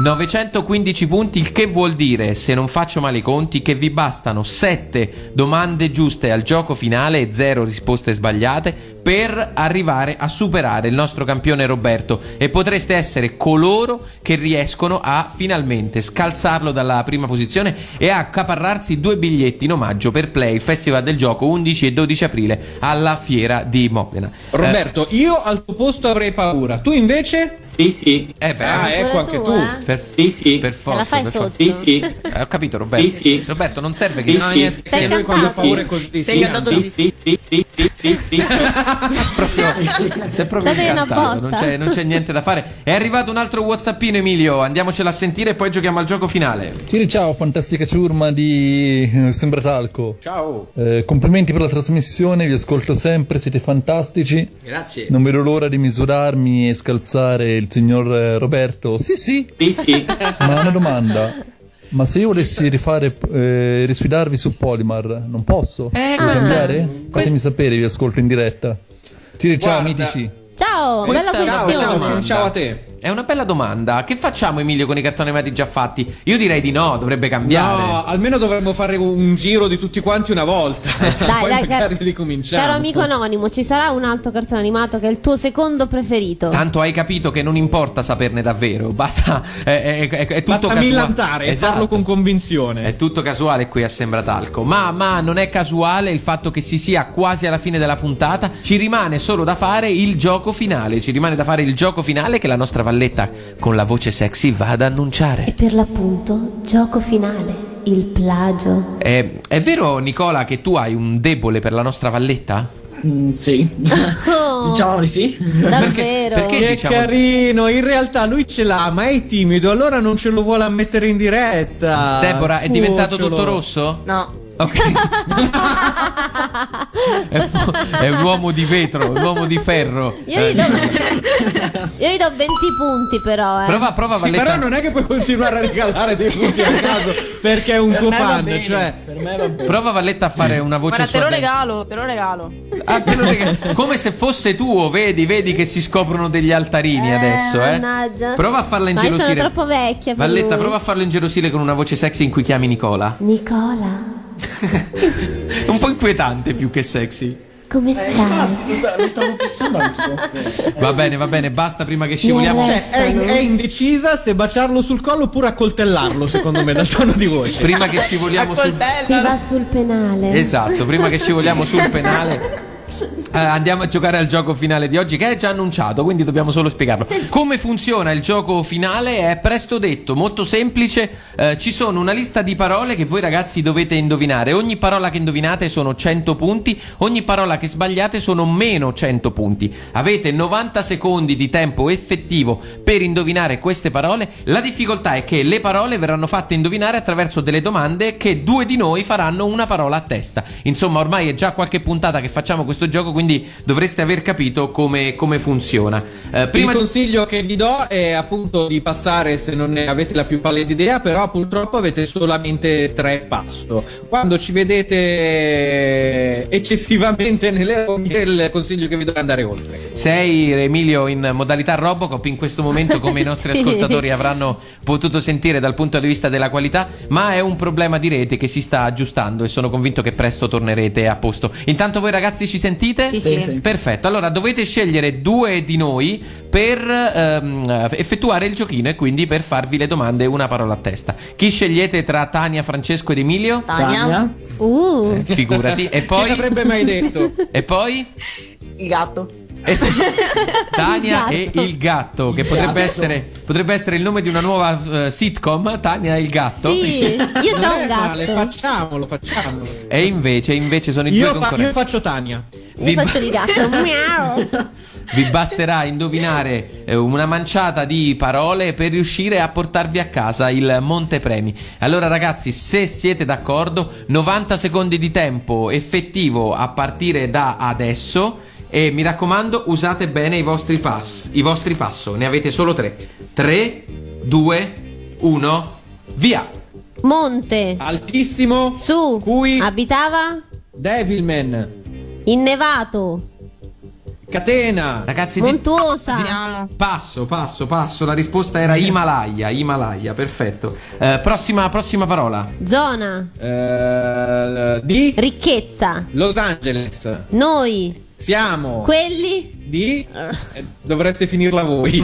Speaker 2: 915 punti, il che vuol dire, se non faccio male i conti, che vi bastano 7 domande giuste al gioco finale e 0 risposte sbagliate per arrivare a superare il nostro campione Roberto e potreste essere coloro che riescono a finalmente scalzarlo dalla prima posizione e a accaparrarsi due biglietti in omaggio per Play, il Festival del Gioco 11 e 12 aprile alla fiera di Modena.
Speaker 4: Roberto, io al tuo posto avrei paura, tu invece...
Speaker 2: Sì, sì. Eh beh,
Speaker 4: Ah, ecco anche tu.
Speaker 5: eh?
Speaker 2: Per, sì, sì. Per forza.
Speaker 5: la fai
Speaker 2: per
Speaker 5: sotto?
Speaker 2: forza.
Speaker 5: Sì, sì.
Speaker 2: Eh, ho capito, Roberto.
Speaker 4: Sì, sì.
Speaker 2: Roberto, non serve che
Speaker 4: Sì, sì. Sei
Speaker 2: che-
Speaker 4: cantato. Sì. Sei cantato il
Speaker 2: sì, sì, sì, sì, sì, sì. proprio, sei proprio
Speaker 5: Date una
Speaker 2: incantato, non
Speaker 5: botta.
Speaker 2: c'è, non c'è niente da fare. È arrivato un altro Whatsappino, Emilio. Andiamocela a sentire e poi giochiamo al gioco finale.
Speaker 16: Sì, ciao, fantastica ciurma di eh, Sembratalco.
Speaker 2: Ciao.
Speaker 16: Eh, complimenti per la trasmissione, vi ascolto sempre, siete fantastici.
Speaker 2: Grazie.
Speaker 16: Non vedo l'ora di misurarmi e scalzare il signor eh, Roberto. Sì, sì. Ma una domanda. Ma se io volessi rifare, eh, risfidarvi su Polymar, non posso?
Speaker 5: Eh,
Speaker 16: Devo
Speaker 5: questa-
Speaker 16: cambiare? Fatemi sapere, vi ascolto in diretta. Ciri, ciao, mitici.
Speaker 5: Ciao, bella questione.
Speaker 2: a te. È una bella domanda. Che facciamo, Emilio, con i cartoni animati già fatti? Io direi di no, dovrebbe cambiare.
Speaker 4: No, almeno dovremmo fare un giro di tutti quanti una volta.
Speaker 5: Dai,
Speaker 4: Poi
Speaker 5: dai,
Speaker 4: magari
Speaker 5: caro-
Speaker 4: ricominciamo.
Speaker 5: Caro amico anonimo, ci sarà un altro cartone animato che è il tuo secondo preferito.
Speaker 2: Tanto hai capito che non importa saperne davvero, basta è, è- è- è tutto
Speaker 4: Basta
Speaker 2: casuale.
Speaker 4: millantare e farlo
Speaker 2: con convinzione. È tutto casuale qui a Sembra Talco, ma, ma non è casuale il fatto che si sia quasi alla fine della puntata, ci rimane solo da fare il gioco finale, ci rimane da fare il gioco finale che la nostra valletta con la voce sexy va ad annunciare.
Speaker 5: E per l'appunto, gioco finale, il plagio.
Speaker 2: È, è vero Nicola che tu hai un debole per la nostra valletta?
Speaker 7: sì.
Speaker 5: diciamo
Speaker 7: di sì.
Speaker 5: Davvero?
Speaker 2: perché
Speaker 4: che
Speaker 2: diciamo-
Speaker 4: carino, in realtà lui ce l'ha, ma è timido, allora non ce lo vuole ammettere in diretta.
Speaker 2: Deborah, è diventato tutto rosso?
Speaker 3: No.
Speaker 2: È un uomo di vetro, un uomo di ferro.
Speaker 5: Io gli,
Speaker 2: Eh.
Speaker 5: do... Io gli do 20 punti però, eh.
Speaker 2: Prova, prova,
Speaker 4: Sì, però non è che puoi continuare a regalare dei punti a caso perché è un tuo fan, cioè.
Speaker 2: Prova Valletta a fare una voce
Speaker 3: Guarda, te lo
Speaker 2: sua dentro.
Speaker 3: regalo, te lo regalo.
Speaker 2: Come se fosse tuo, vedi, vedi che si scoprono degli altarini adesso, eh.
Speaker 5: Mannaggia.
Speaker 2: Prova a farla
Speaker 5: Ma io sono
Speaker 2: ingelosire.
Speaker 5: troppo vecchia per
Speaker 2: Valletta,
Speaker 5: lui.
Speaker 2: prova a farlo ingelosire con una voce sexy in cui chiami Nicola.
Speaker 5: Nicola,
Speaker 2: Un po' inquietante più che sexy.
Speaker 5: come stai?
Speaker 7: Lo stavo pensando anch'io.
Speaker 2: Va bene, va bene, basta prima che scivoliamo.
Speaker 4: Cioè, è, è indecisa se baciarlo sul collo oppure accoltellarlo, secondo me, dal tono di voce.
Speaker 2: Prima che scivoliamo sul
Speaker 5: Si va sul penale.
Speaker 2: Esatto, prima che scivoliamo sul penale. Eh, andiamo a giocare al gioco finale di oggi che è già annunciato, quindi dobbiamo solo spiegarlo. Come funziona il gioco finale è presto detto, molto semplice. Eh, ci sono una lista di parole che voi ragazzi dovete indovinare. Ogni parola che indovinate sono 100 punti, ogni parola che sbagliate sono meno 100 punti. Avete 90 secondi di tempo effettivo per indovinare queste parole. La difficoltà è che le parole verranno fatte indovinare attraverso delle domande che due di noi faranno una parola a testa. Insomma, ormai è già qualche puntata che facciamo questo gioco, quindi dovreste aver capito come, come funziona. Eh, prima
Speaker 4: Il consiglio che vi do è appunto di passare se non ne avete la più pallida idea, però purtroppo avete solamente tre passo. Quando ci vedete eccessivamente nelle rogne, il consiglio che vi do è andare oltre.
Speaker 2: Sei Emilio in modalità Robocop in questo momento come i nostri
Speaker 4: Sì.
Speaker 2: ascoltatori avranno potuto sentire dal punto di vista della qualità, ma è un problema di rete che si sta aggiustando e sono convinto che presto tornerete a posto. Intanto voi ragazzi ci sentite?
Speaker 9: Sì, sì. Sì, sì.
Speaker 2: Perfetto. Allora dovete scegliere due di noi per ehm, effettuare il giochino e quindi per farvi le domande una parola a testa. Chi scegliete tra Tania, Francesco ed Emilio?
Speaker 3: Tania. Eh,
Speaker 5: Uh.
Speaker 2: Figurati. E poi
Speaker 4: Chi l'avrebbe mai detto?
Speaker 2: E poi
Speaker 3: Il gatto.
Speaker 2: Tania
Speaker 3: Il
Speaker 2: e
Speaker 3: gatto.
Speaker 2: il gatto, che potrebbe
Speaker 3: gatto.
Speaker 2: essere, potrebbe essere il nome di una nuova eh, sitcom, Tania e il gatto.
Speaker 5: io già ho un
Speaker 4: male,
Speaker 5: gatto.
Speaker 4: facciamolo, facciamolo.
Speaker 2: E invece, invece sono i
Speaker 4: Io,
Speaker 2: due
Speaker 4: fa- io
Speaker 2: concorrenti.
Speaker 4: faccio Tania.
Speaker 2: vi,
Speaker 5: Faccio il gatto. Miau.
Speaker 2: vi basterà indovinare eh, una manciata di parole per riuscire a portarvi a casa il montepremi. Allora ragazzi, se siete d'accordo, 90 secondi di tempo effettivo a partire da adesso. E mi raccomando, usate bene i vostri pass, i vostri passo, ne avete solo tre. 3, 2, 1, via!
Speaker 5: Monte.
Speaker 4: Altissimo.
Speaker 5: Su.
Speaker 4: Cui.
Speaker 5: Abitava.
Speaker 4: Devilman.
Speaker 5: Innevato.
Speaker 4: Catena.
Speaker 2: Ragazzi, vi-
Speaker 5: Montuosa.
Speaker 2: Passo, passo, passo. La risposta era Himalaya. Himalaya, perfetto. Eh, prossima, prossima parola.
Speaker 5: Zona.
Speaker 4: Eh, di.
Speaker 5: Ricchezza.
Speaker 4: Los Angeles.
Speaker 5: Noi.
Speaker 4: Siamo.
Speaker 5: Quelli.
Speaker 4: di. eh, dovreste finirla voi.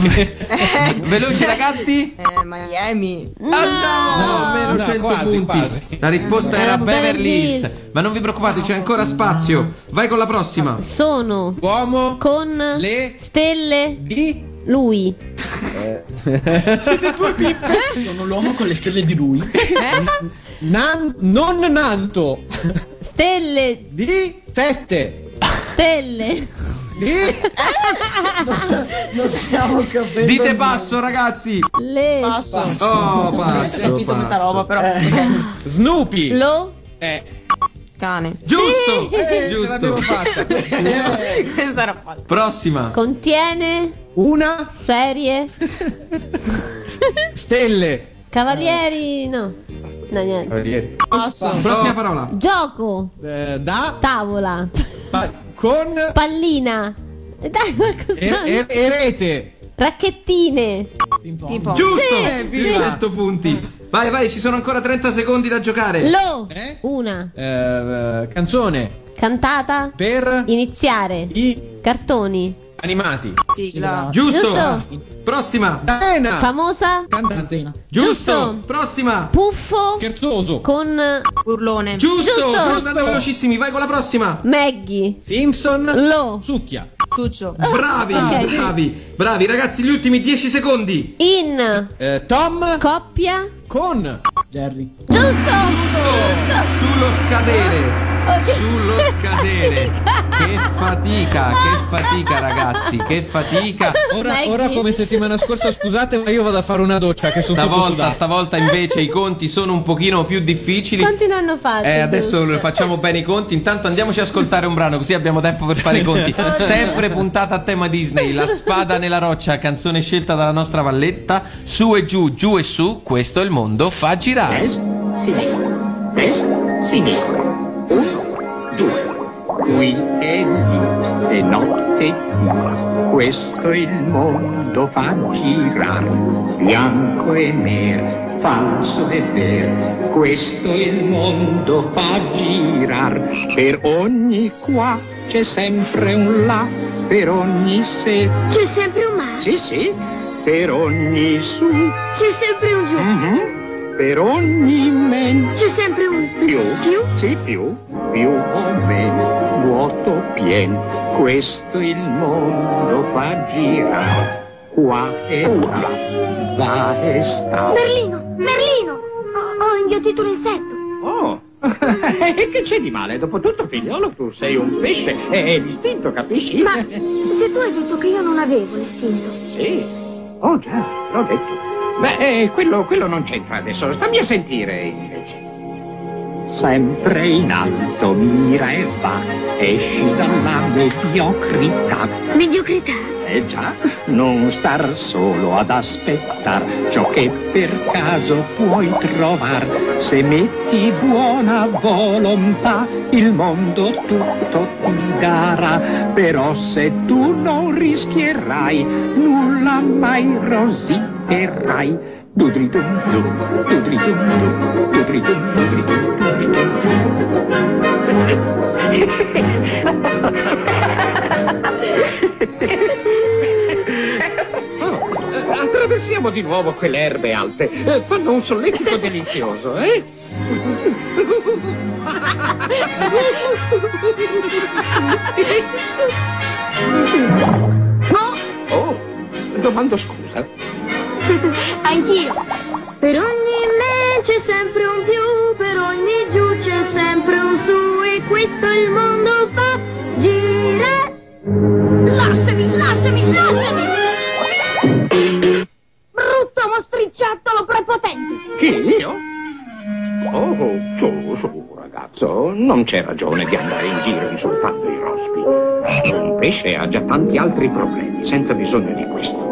Speaker 2: Veloci ragazzi. Ah,
Speaker 3: Eh, Miami.
Speaker 2: no! Almeno 100 punti. La risposta era Beverly Hills. Ma non vi preoccupate, c'è ancora spazio. Vai con la prossima.
Speaker 5: Sono.
Speaker 4: Uomo.
Speaker 5: Con. Le. Stelle.
Speaker 4: Di.
Speaker 5: Lui.
Speaker 7: Eh.
Speaker 4: Siete due pippe. Sono l'uomo con le stelle di lui. non nanto.
Speaker 5: Stelle.
Speaker 4: Di. Sette.
Speaker 5: Stelle.
Speaker 7: non stiamo capendo.
Speaker 2: Dite passo, ragazzi.
Speaker 5: Le.
Speaker 3: Passo.
Speaker 2: Oh, passo,
Speaker 3: Non ho capito
Speaker 2: passo.
Speaker 3: questa roba, però.
Speaker 4: Snoopy.
Speaker 5: Lo.
Speaker 4: Eh,
Speaker 3: Cane.
Speaker 2: Giusto!
Speaker 4: eh, ce l'abbiamo
Speaker 2: Giusto.
Speaker 4: fatta.
Speaker 3: Questa era fatta.
Speaker 2: Prossima.
Speaker 5: Contiene.
Speaker 4: Una.
Speaker 5: Serie.
Speaker 4: Stelle.
Speaker 5: Cavalieri. No. No, niente.
Speaker 3: Passo.
Speaker 2: Prossima parola.
Speaker 5: Gioco.
Speaker 4: Eh, da.
Speaker 5: Tavola.
Speaker 4: pa- con.
Speaker 5: Pallina. Dai
Speaker 4: E,
Speaker 5: qualcosa.
Speaker 4: e- e rete.
Speaker 5: Racchettine.
Speaker 3: Tipo.
Speaker 2: Giusto!
Speaker 5: Sì,
Speaker 2: Evviva!
Speaker 5: sì.
Speaker 2: 100 punti. Vai, vai, ci sono ancora 30 secondi da giocare.
Speaker 5: Lo. Una.
Speaker 4: Eh, eh, canzone.
Speaker 5: Cantata.
Speaker 4: Per.
Speaker 5: Iniziare.
Speaker 4: I.
Speaker 5: Cartoni.
Speaker 4: Animati.
Speaker 3: Sigla.
Speaker 2: Giusto.
Speaker 5: Giusto.
Speaker 2: Prossima.
Speaker 4: Dana.
Speaker 5: Famosa.
Speaker 4: Cantante.
Speaker 2: Giusto.
Speaker 5: Giusto.
Speaker 2: Prossima.
Speaker 5: Puffo.
Speaker 4: Scherzoso.
Speaker 5: Con.
Speaker 3: Urlone.
Speaker 2: Giusto.
Speaker 5: Giusto.
Speaker 2: Sono andate velocissimi. Vai con la prossima.
Speaker 5: Maggie.
Speaker 4: Simpson.
Speaker 5: Lo.
Speaker 4: Succhia.
Speaker 3: Ciuccio.
Speaker 2: Bravi,
Speaker 5: Ok.
Speaker 2: bravi, bravi ragazzi, gli ultimi 10 secondi.
Speaker 5: In.
Speaker 4: Eh, Tom.
Speaker 5: Coppia.
Speaker 4: Con.
Speaker 7: Jerry.
Speaker 5: Giusto.
Speaker 2: Giusto. Sullo scadere. Sullo scadere. Che fatica, che fatica ragazzi, che fatica.
Speaker 4: Ora,
Speaker 5: Maggie.
Speaker 4: ora come settimana scorsa, scusate, ma io vado a fare una doccia che sono tutto
Speaker 2: Stavolta,
Speaker 4: sudato.
Speaker 2: stavolta invece i conti sono un pochino più difficili.
Speaker 5: Quanti ne hanno fatti?
Speaker 2: Eh, adesso
Speaker 5: giusto?
Speaker 2: facciamo bene i conti. Intanto andiamoci a ascoltare un brano, così abbiamo tempo per fare i conti. Sempre puntata a tema Disney: La spada nella roccia, canzone scelta dalla nostra valletta. Su e giù, giù e su. Questo è il mondo, fa girare.
Speaker 1: sinistra, destra, sinistra. Uno, due. Qui e lì, e notte di. Questo il mondo fa girare, bianco e nero, falso e vero. Questo il mondo fa girare, per ogni qua c'è sempre un là, per ogni se,
Speaker 13: C'è sempre un mare,
Speaker 1: sì sì, per ogni su,
Speaker 13: c'è sempre un giù,
Speaker 1: mhm, per ogni men.
Speaker 13: c'è sempre un
Speaker 1: Più, più, sì, più, più o meno, vuoto pieno,
Speaker 9: Questo il mondo fa girare qua e là, là e sta.
Speaker 13: Merlino, Merlino! Ho, ho inghiottito un insetto.
Speaker 9: Oh, e che c'è di male? Dopotutto, figliolo, tu sei un pesce e è l'istinto, capisci?
Speaker 13: Ma se tu hai detto che io non avevo l'istinto.
Speaker 9: Sì, oh già, l'ho detto. Beh, eh, quello, quello non c'entra adesso, stammi a sentire invece. Sempre in alto mira e va, esci dalla mediocrità.
Speaker 13: Mediocrità?
Speaker 9: Eh già, non star solo ad aspettar ciò che per caso puoi trovar. Se metti buona volontà, il mondo tutto ti darà. Però se tu non rischierai, nulla mai rositerai. Dudridum, dum, dudridum, dum, dudridum, dudridum, Ah, Attraversiamo di nuovo quelle erbe alte. Eh, fanno un solletico delizioso, eh? Oh, domando scusa.
Speaker 13: Anch'io. Per ogni me c'è sempre un più, per ogni giù c'è sempre un su e questo il mondo fa girare. Lasciami, lasciami, lasciami! Brutto mostricciattolo prepotente!
Speaker 9: Chi, io? Oh, su, su, ragazzo, non c'è ragione di andare in giro insultando i rospi. Un pesce ha già tanti altri problemi, senza bisogno di questo.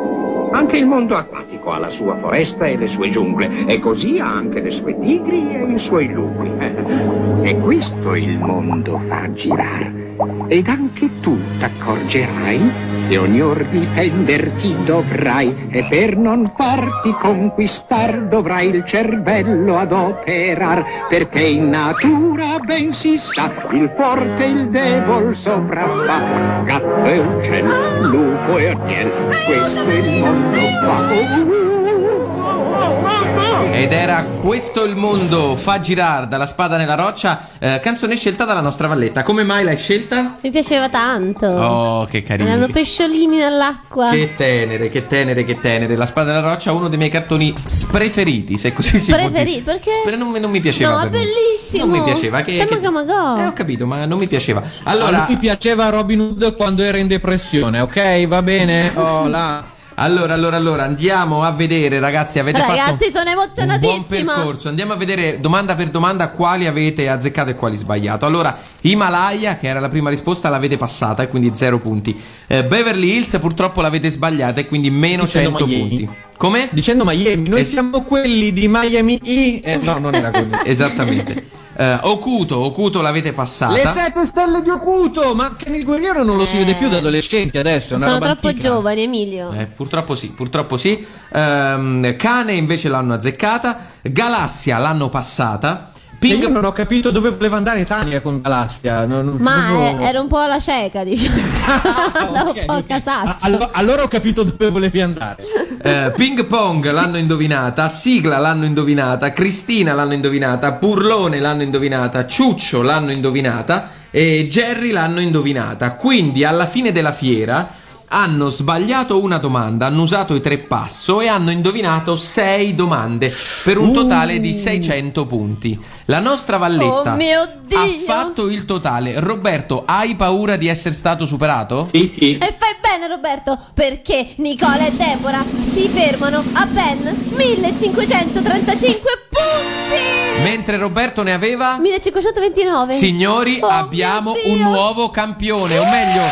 Speaker 9: Anche il mondo acquatico ha la sua foresta e le sue giungle, e così ha anche le sue tigri e i suoi lupi. E questo il mondo fa girare. Ed anche tu t'accorgerai che ognor difenderti dovrai e per non farti conquistar dovrai il cervello adoperar perché in natura ben si sa il forte e il debol sopraffa gatto e uccello, lupo e agnello questo è il mondo fa
Speaker 2: Ed era Questo il mondo fa girare dalla spada nella roccia, eh, canzone scelta dalla nostra Valletta. Come mai l'hai scelta?
Speaker 5: Mi piaceva tanto.
Speaker 2: Oh, che carino.
Speaker 5: Erano pesciolini nell'acqua.
Speaker 2: Che tenere, che tenere, che tenere. La spada nella roccia, uno dei miei cartoni spreferiti, se così si può dire.
Speaker 5: Preferiti perché?
Speaker 2: Spre- non, mi- non mi piaceva.
Speaker 5: No, è
Speaker 2: per me.
Speaker 5: bellissimo.
Speaker 2: Non mi piaceva. Che,
Speaker 5: Sembra
Speaker 2: che-
Speaker 5: Gamagò.
Speaker 2: Eh, ho capito, ma non mi piaceva.
Speaker 4: Allora,
Speaker 2: Allora,
Speaker 4: ti piaceva Robin Hood quando era in depressione, ok? Va bene? Oh, là.
Speaker 2: allora, allora, allora, andiamo a vedere, ragazzi. Avete
Speaker 5: Ragazzi,
Speaker 2: fatto
Speaker 5: sono
Speaker 2: un buon
Speaker 5: emozionatissima.
Speaker 2: percorso. Andiamo a vedere domanda per domanda quali avete azzeccato e quali sbagliato. Allora, Himalaya, che era la prima risposta, l'avete passata e quindi 0 punti. Eh, Beverly Hills, purtroppo l'avete sbagliata e quindi meno
Speaker 4: Dicendo
Speaker 2: 100
Speaker 4: Miami.
Speaker 2: punti. Come?
Speaker 4: Dicendo Miami, noi siamo quelli di Miami E. Eh, no, non era così.
Speaker 2: Esattamente. Eh, Okuto, Okuto l'avete passata.
Speaker 4: Le sette stelle di Okuto! Ma che il guerriero non
Speaker 3: Eh.
Speaker 4: lo si vede più da adolescenti adesso. È una
Speaker 5: Sono
Speaker 4: roba
Speaker 5: troppo
Speaker 4: antica.
Speaker 5: giovani, Emilio.
Speaker 2: Eh, purtroppo sì, purtroppo sì. Ehm, cane invece l'hanno azzeccata. Galassia l'hanno passata.
Speaker 4: E Io non ho capito dove voleva andare Tania con Galassia. non- non-
Speaker 5: Ma
Speaker 4: proprio-
Speaker 5: eh, era un po' alla cieca, diciamo.
Speaker 2: Ah,
Speaker 5: Andavo un po' a
Speaker 4: Ah,
Speaker 5: casaccio.
Speaker 4: allo- allora ho capito dove volevi andare.
Speaker 2: Eh, ping pong l'hanno indovinata. Sigla l'hanno indovinata. Cristina l'hanno indovinata. Purlone l'hanno indovinata. Ciuccio l'hanno indovinata. E Jerry l'hanno indovinata. Quindi alla fine della fiera. Hanno sbagliato una domanda, hanno usato i tre passo e hanno indovinato sei domande per un totale di 600 punti. La nostra Valletta
Speaker 5: Uh. Oh mio Dio.
Speaker 2: ha fatto il totale. Roberto, hai paura di essere stato superato? Sì, sì.
Speaker 5: E fai bene Roberto, perché Nicola e Deborah si fermano a ben 1535 punti!
Speaker 2: Mentre Roberto ne aveva
Speaker 5: 1529.
Speaker 2: Signori,
Speaker 5: Oh mio
Speaker 2: abbiamo
Speaker 5: Dio.
Speaker 2: un nuovo campione, o meglio,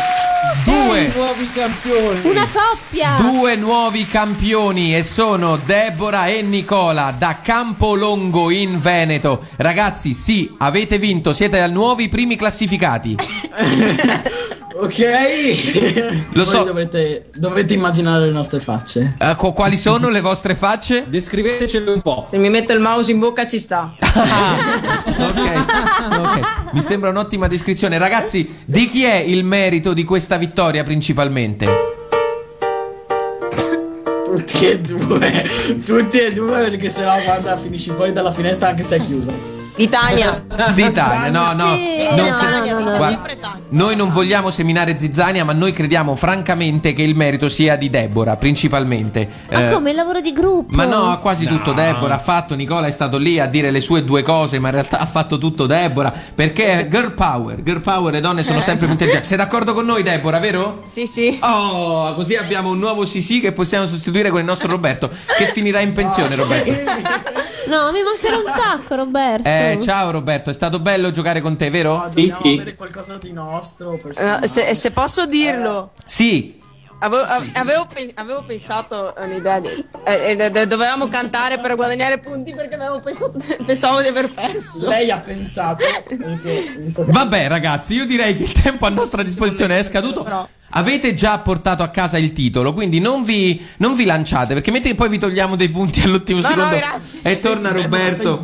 Speaker 2: due,
Speaker 4: Nuovi campioni.
Speaker 5: Eh, Una coppia!
Speaker 2: due nuovi campioni e sono Deborah e Nicola da Campolongo in Veneto. Ragazzi, sì, avete vinto, siete ai nuovi primi classificati.
Speaker 7: Ok.
Speaker 2: Lo
Speaker 7: Voi
Speaker 2: so.
Speaker 7: Dovete, dovete immaginare le nostre facce.
Speaker 2: Ecco, quali sono le vostre facce?
Speaker 4: Descrivetecelo un po'.
Speaker 3: Se mi metto il mouse in bocca ci sta.
Speaker 2: Ok, Mi sembra un'ottima descrizione. Ragazzi, di chi è il merito di questa vittoria principalmente?
Speaker 7: Tutti e due. Tutti e due, perché sennò guarda, finisci fuori dalla finestra anche se è chiuso.
Speaker 3: D'Italia.
Speaker 2: D'Italia, no, no.
Speaker 3: Sì,
Speaker 2: non-
Speaker 3: Italia, vince
Speaker 2: Guarda,
Speaker 3: sempre Italia.
Speaker 2: Noi non vogliamo seminare zizzania, ma noi crediamo francamente che il merito sia di Deborah, principalmente.
Speaker 5: Ma
Speaker 2: Eh,
Speaker 5: Ah, come il lavoro di gruppo?
Speaker 2: ma no, ha quasi tutto Deborah ha fatto. Nicola è stato lì a dire le sue due cose, ma in realtà ha fatto tutto Deborah. Perché girl power, girl power, le donne sono sempre più intelligenti. Sei d'accordo con noi, Deborah, vero?
Speaker 3: Sì, sì.
Speaker 2: Oh, così abbiamo un nuovo Sisi che possiamo sostituire con il nostro Roberto, che finirà in pensione, Roberto.
Speaker 5: No, mi mancherà un sacco, Roberto.
Speaker 2: Eh, ciao Roberto, è stato bello giocare con te, vero? Sì, sì.
Speaker 7: Qualcosa di nostro.
Speaker 3: Eh, se, se posso dirlo,
Speaker 2: Sì,
Speaker 3: avevo, av- Eh, avevo pe- avevo pensato a un'idea di, eh, eh, de- de- dovevamo cantare per guadagnare punti perché avevo pensato, pensavo di aver perso.
Speaker 7: Lei ha pensato.
Speaker 3: Esatto.
Speaker 2: Vabbè, ragazzi, io direi che il tempo a nostra disposizione è scaduto. Avete già portato a casa il titolo, quindi non vi, non vi lanciate, perché mentre poi vi togliamo dei punti all'ultimo
Speaker 3: No, no,
Speaker 2: secondo.
Speaker 3: grazie.
Speaker 2: e torna Roberto.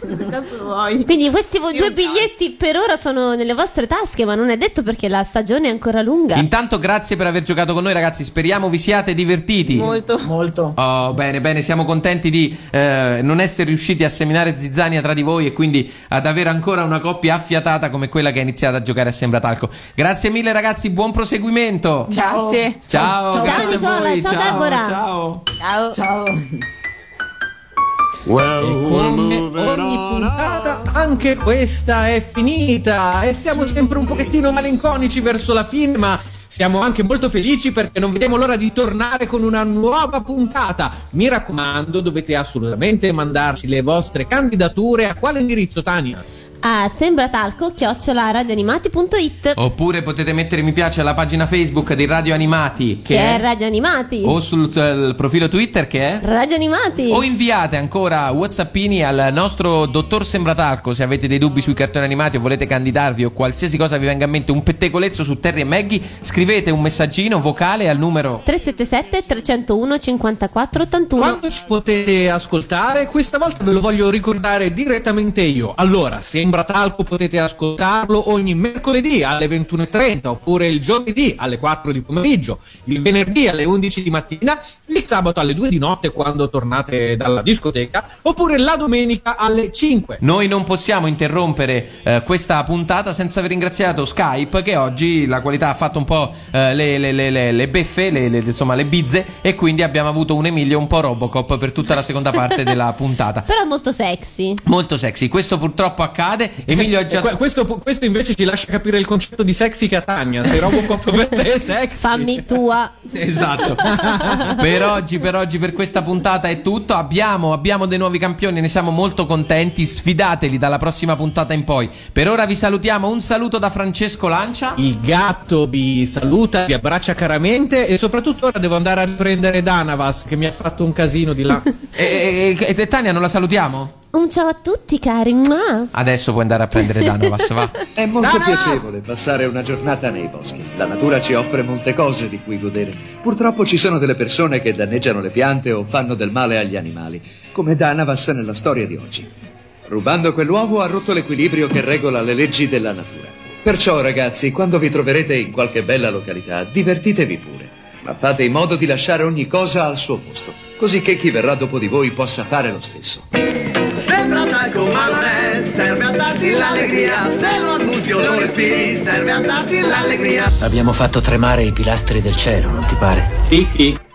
Speaker 5: Quindi questi vo- due biglietti per ora sono nelle vostre tasche, ma non è detto perché la stagione è ancora lunga.
Speaker 2: Intanto grazie per aver giocato con noi, ragazzi. Speriamo vi siate divertiti.
Speaker 3: Molto.
Speaker 7: Molto.
Speaker 2: Oh, bene, bene, siamo contenti di eh, non essere riusciti a seminare zizzania tra di voi e quindi ad avere ancora una coppia affiatata come quella che ha iniziato a giocare a Sembratalco. Grazie mille, ragazzi, buon proseguimento.
Speaker 3: Grazie.
Speaker 2: Ciao,
Speaker 3: Ciao,
Speaker 2: grazie a
Speaker 3: Nicola,
Speaker 2: voi.
Speaker 3: ciao, Deborah.
Speaker 2: ciao.
Speaker 3: Ciao.
Speaker 4: E come ogni puntata, anche questa è finita. E siamo sempre un pochettino malinconici verso la fine, ma siamo anche molto felici perché non vediamo l'ora di tornare con una nuova puntata. Mi raccomando, dovete assolutamente mandarci le vostre candidature. A quale indirizzo, Tania?
Speaker 5: A sembratalco radioanimati.it
Speaker 2: Oppure potete mettere mi piace alla pagina Facebook di Radio Animati
Speaker 5: che è
Speaker 2: è-
Speaker 5: Radio Animati.
Speaker 2: o sul eh, profilo Twitter che è
Speaker 5: Radio Animati.
Speaker 2: o inviate ancora whatsappini al nostro dottor Sembratalco se avete dei dubbi sui cartoni animati o volete candidarvi o qualsiasi cosa vi venga in mente un pettegolezzo su Terry e Maggie scrivete un messaggino vocale al numero
Speaker 5: 377 301 54 81
Speaker 4: Quando ci potete ascoltare, questa volta ve lo voglio ricordare direttamente io. Allora, Sembra Talco potete ascoltarlo ogni mercoledì alle 21.30 oppure il giovedì alle 4 di pomeriggio, il venerdì alle 11 di mattina, il sabato alle 2 di notte quando tornate dalla discoteca oppure la domenica alle 5.
Speaker 2: noi non possiamo interrompere eh, questa puntata senza aver ringraziato Skype che oggi la qualità ha fatto un po' eh, le, le- le- le- le beffe, le, le- insomma le bizze e quindi abbiamo avuto un Emilio un po' Robocop per tutta la seconda parte della puntata.
Speaker 5: Però è molto sexy.
Speaker 2: Molto sexy, questo purtroppo accade. Emilio ha
Speaker 4: E
Speaker 2: già
Speaker 4: Eh, que- questo, questo invece ci lascia capire il concetto di sexy che ha Tania. Se Robocop per te è sexy.
Speaker 5: Fammi tua.
Speaker 2: Esatto. per oggi, per oggi, per questa puntata è tutto. Abbiamo, abbiamo dei nuovi campioni, ne siamo molto contenti. Sfidateli dalla prossima puntata in poi. Per ora vi salutiamo. Un saluto da Francesco Lancia.
Speaker 4: Il gatto vi saluta, vi abbraccia caramente e soprattutto ora devo andare a riprendere Danavas che mi ha fatto un casino di là.
Speaker 2: E, e, e Tania, non la salutiamo?
Speaker 5: Un ciao a tutti, cari. Mua.
Speaker 2: Adesso puoi andare a prendere Danovas, va.
Speaker 17: È molto
Speaker 5: Danovas!
Speaker 17: piacevole passare una giornata nei boschi. La natura ci offre molte cose di cui godere. Purtroppo ci sono delle persone che danneggiano le piante o fanno del male agli animali, come Danavas nella storia di oggi. Rubando quell'uovo ha rotto l'equilibrio che regola le leggi della natura. Perciò, ragazzi, quando vi troverete in qualche bella località, divertitevi pure. Ma fate in modo di lasciare ogni cosa al suo posto, così che chi verrà dopo di voi possa fare lo stesso.
Speaker 12: Sembra talco ma non è, serve a darti l'allegria, se lo annusi o lo respiri, serve a darti l'allegria.
Speaker 18: Abbiamo fatto tremare i pilastri del cielo, non ti pare?
Speaker 7: Sì, sì.